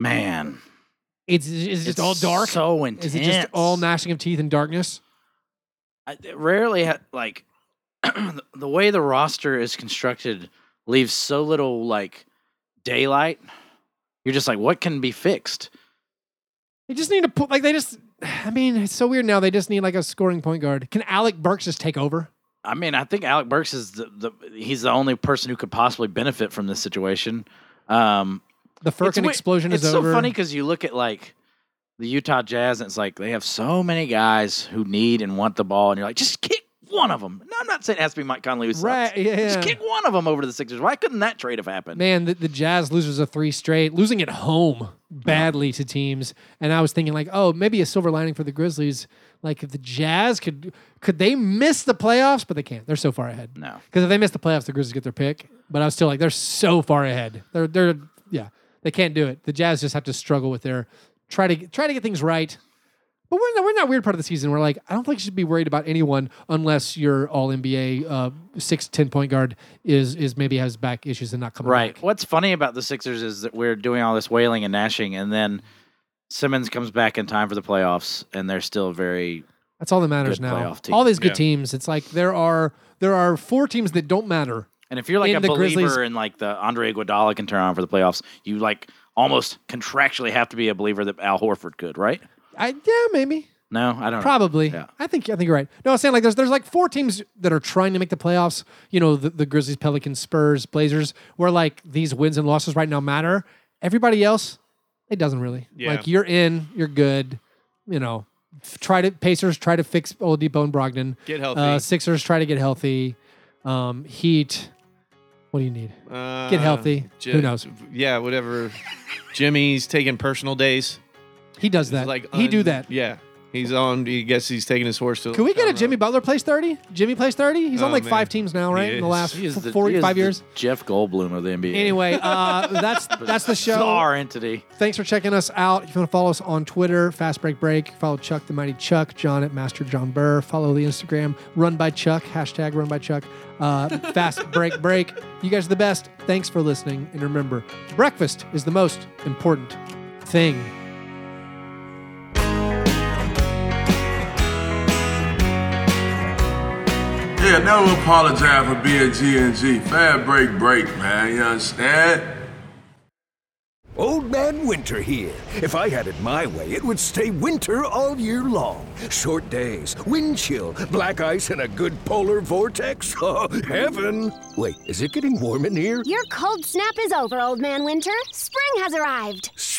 Man. It's is it just it's all dark? So is intense. it just all gnashing of teeth and darkness? I it rarely ha- like the way the roster is constructed leaves so little like daylight. You're just like, what can be fixed? They just need to put like they just. I mean, it's so weird now. They just need like a scoring point guard. Can Alec Burks just take over? I mean, I think Alec Burks is the, the he's the only person who could possibly benefit from this situation. Um, The it's Firkin wi- explosion it's is so over. funny because you look at like the Utah Jazz, and it's like they have so many guys who need and want the ball, and you're like, just kick one of them. No, I'm not saying it has to be Mike Conley. Who sucks. Right, yeah. Just kick one of them over to the Sixers. Why couldn't that trade have happened? Man, the, the Jazz loses a three straight, losing at home badly to teams. And I was thinking like, oh, maybe a silver lining for the Grizzlies. Like if the Jazz could could they miss the playoffs, but they can't. They're so far ahead. No. Because if they miss the playoffs, the Grizzlies get their pick. But I was still like, they're so far ahead. They're they're yeah, they can't do it. The Jazz just have to struggle with their try to try to get things right. But we're in that, we're in that weird part of the season where like I don't think you should be worried about anyone unless your All NBA uh, six ten point guard is is maybe has back issues and not coming Right. back. What's funny about the Sixers is that we're doing all this wailing and gnashing, and then Simmons comes back in time for the playoffs, and they're still very. That's all that matters Good now. playoff team. All these good Yeah. teams. It's like there are there are four teams that don't matter. And if you're like In a the believer Grizzlies- in like the Andre Iguodala can turn on for the playoffs, you like almost contractually have to be a believer that Al Horford could, right? I yeah maybe No, I don't. know. probably. Yeah. I think I think you're right. No, I'm saying like there's there's like four teams that are trying to make the playoffs. You know the, the Grizzlies, Pelicans, Spurs, Blazers. Where like these wins and losses right now matter. Everybody else, it doesn't really. Yeah. Like you're in, you're good. You know, f- try to Pacers try to fix Oladipo and Brogdon. Get Uh, healthy. Sixers try to get healthy. Um, heat. What do you need? Uh, get healthy. Ji- Who knows? Yeah, whatever. Jimmy's taking personal days. He does that. Like he do un- that. Yeah. He's on. He guess he's taking his horse to. Can we get a Jimmy Butler plays 30? Jimmy plays 30? He's on Oh, like man. five teams now, right? He In the is. last He is f- the- four, he is five the years. Jeff Goldblum of the NBA. Anyway, uh, that's that's the show. Bizarre entity. Thanks for checking us out. If you want to follow us on Twitter, Fast Break Break, follow Chuck the Mighty Chuck, John at Master John Burr, follow the Instagram, Run by Chuck, hashtag Run by Chuck, uh, Fast Break Break. You guys are the best. Thanks for listening. And remember, breakfast is the most important thing. Yeah, never apologize for being G and G. Fair break, break, man. You understand? Old Man Winter here. If I had it my way, it would stay winter all year long. Short days, wind chill, black ice, and a good polar vortex. Oh, heaven! Wait, is it getting warm in here? Your cold snap is over, Old Man Winter. Spring has arrived.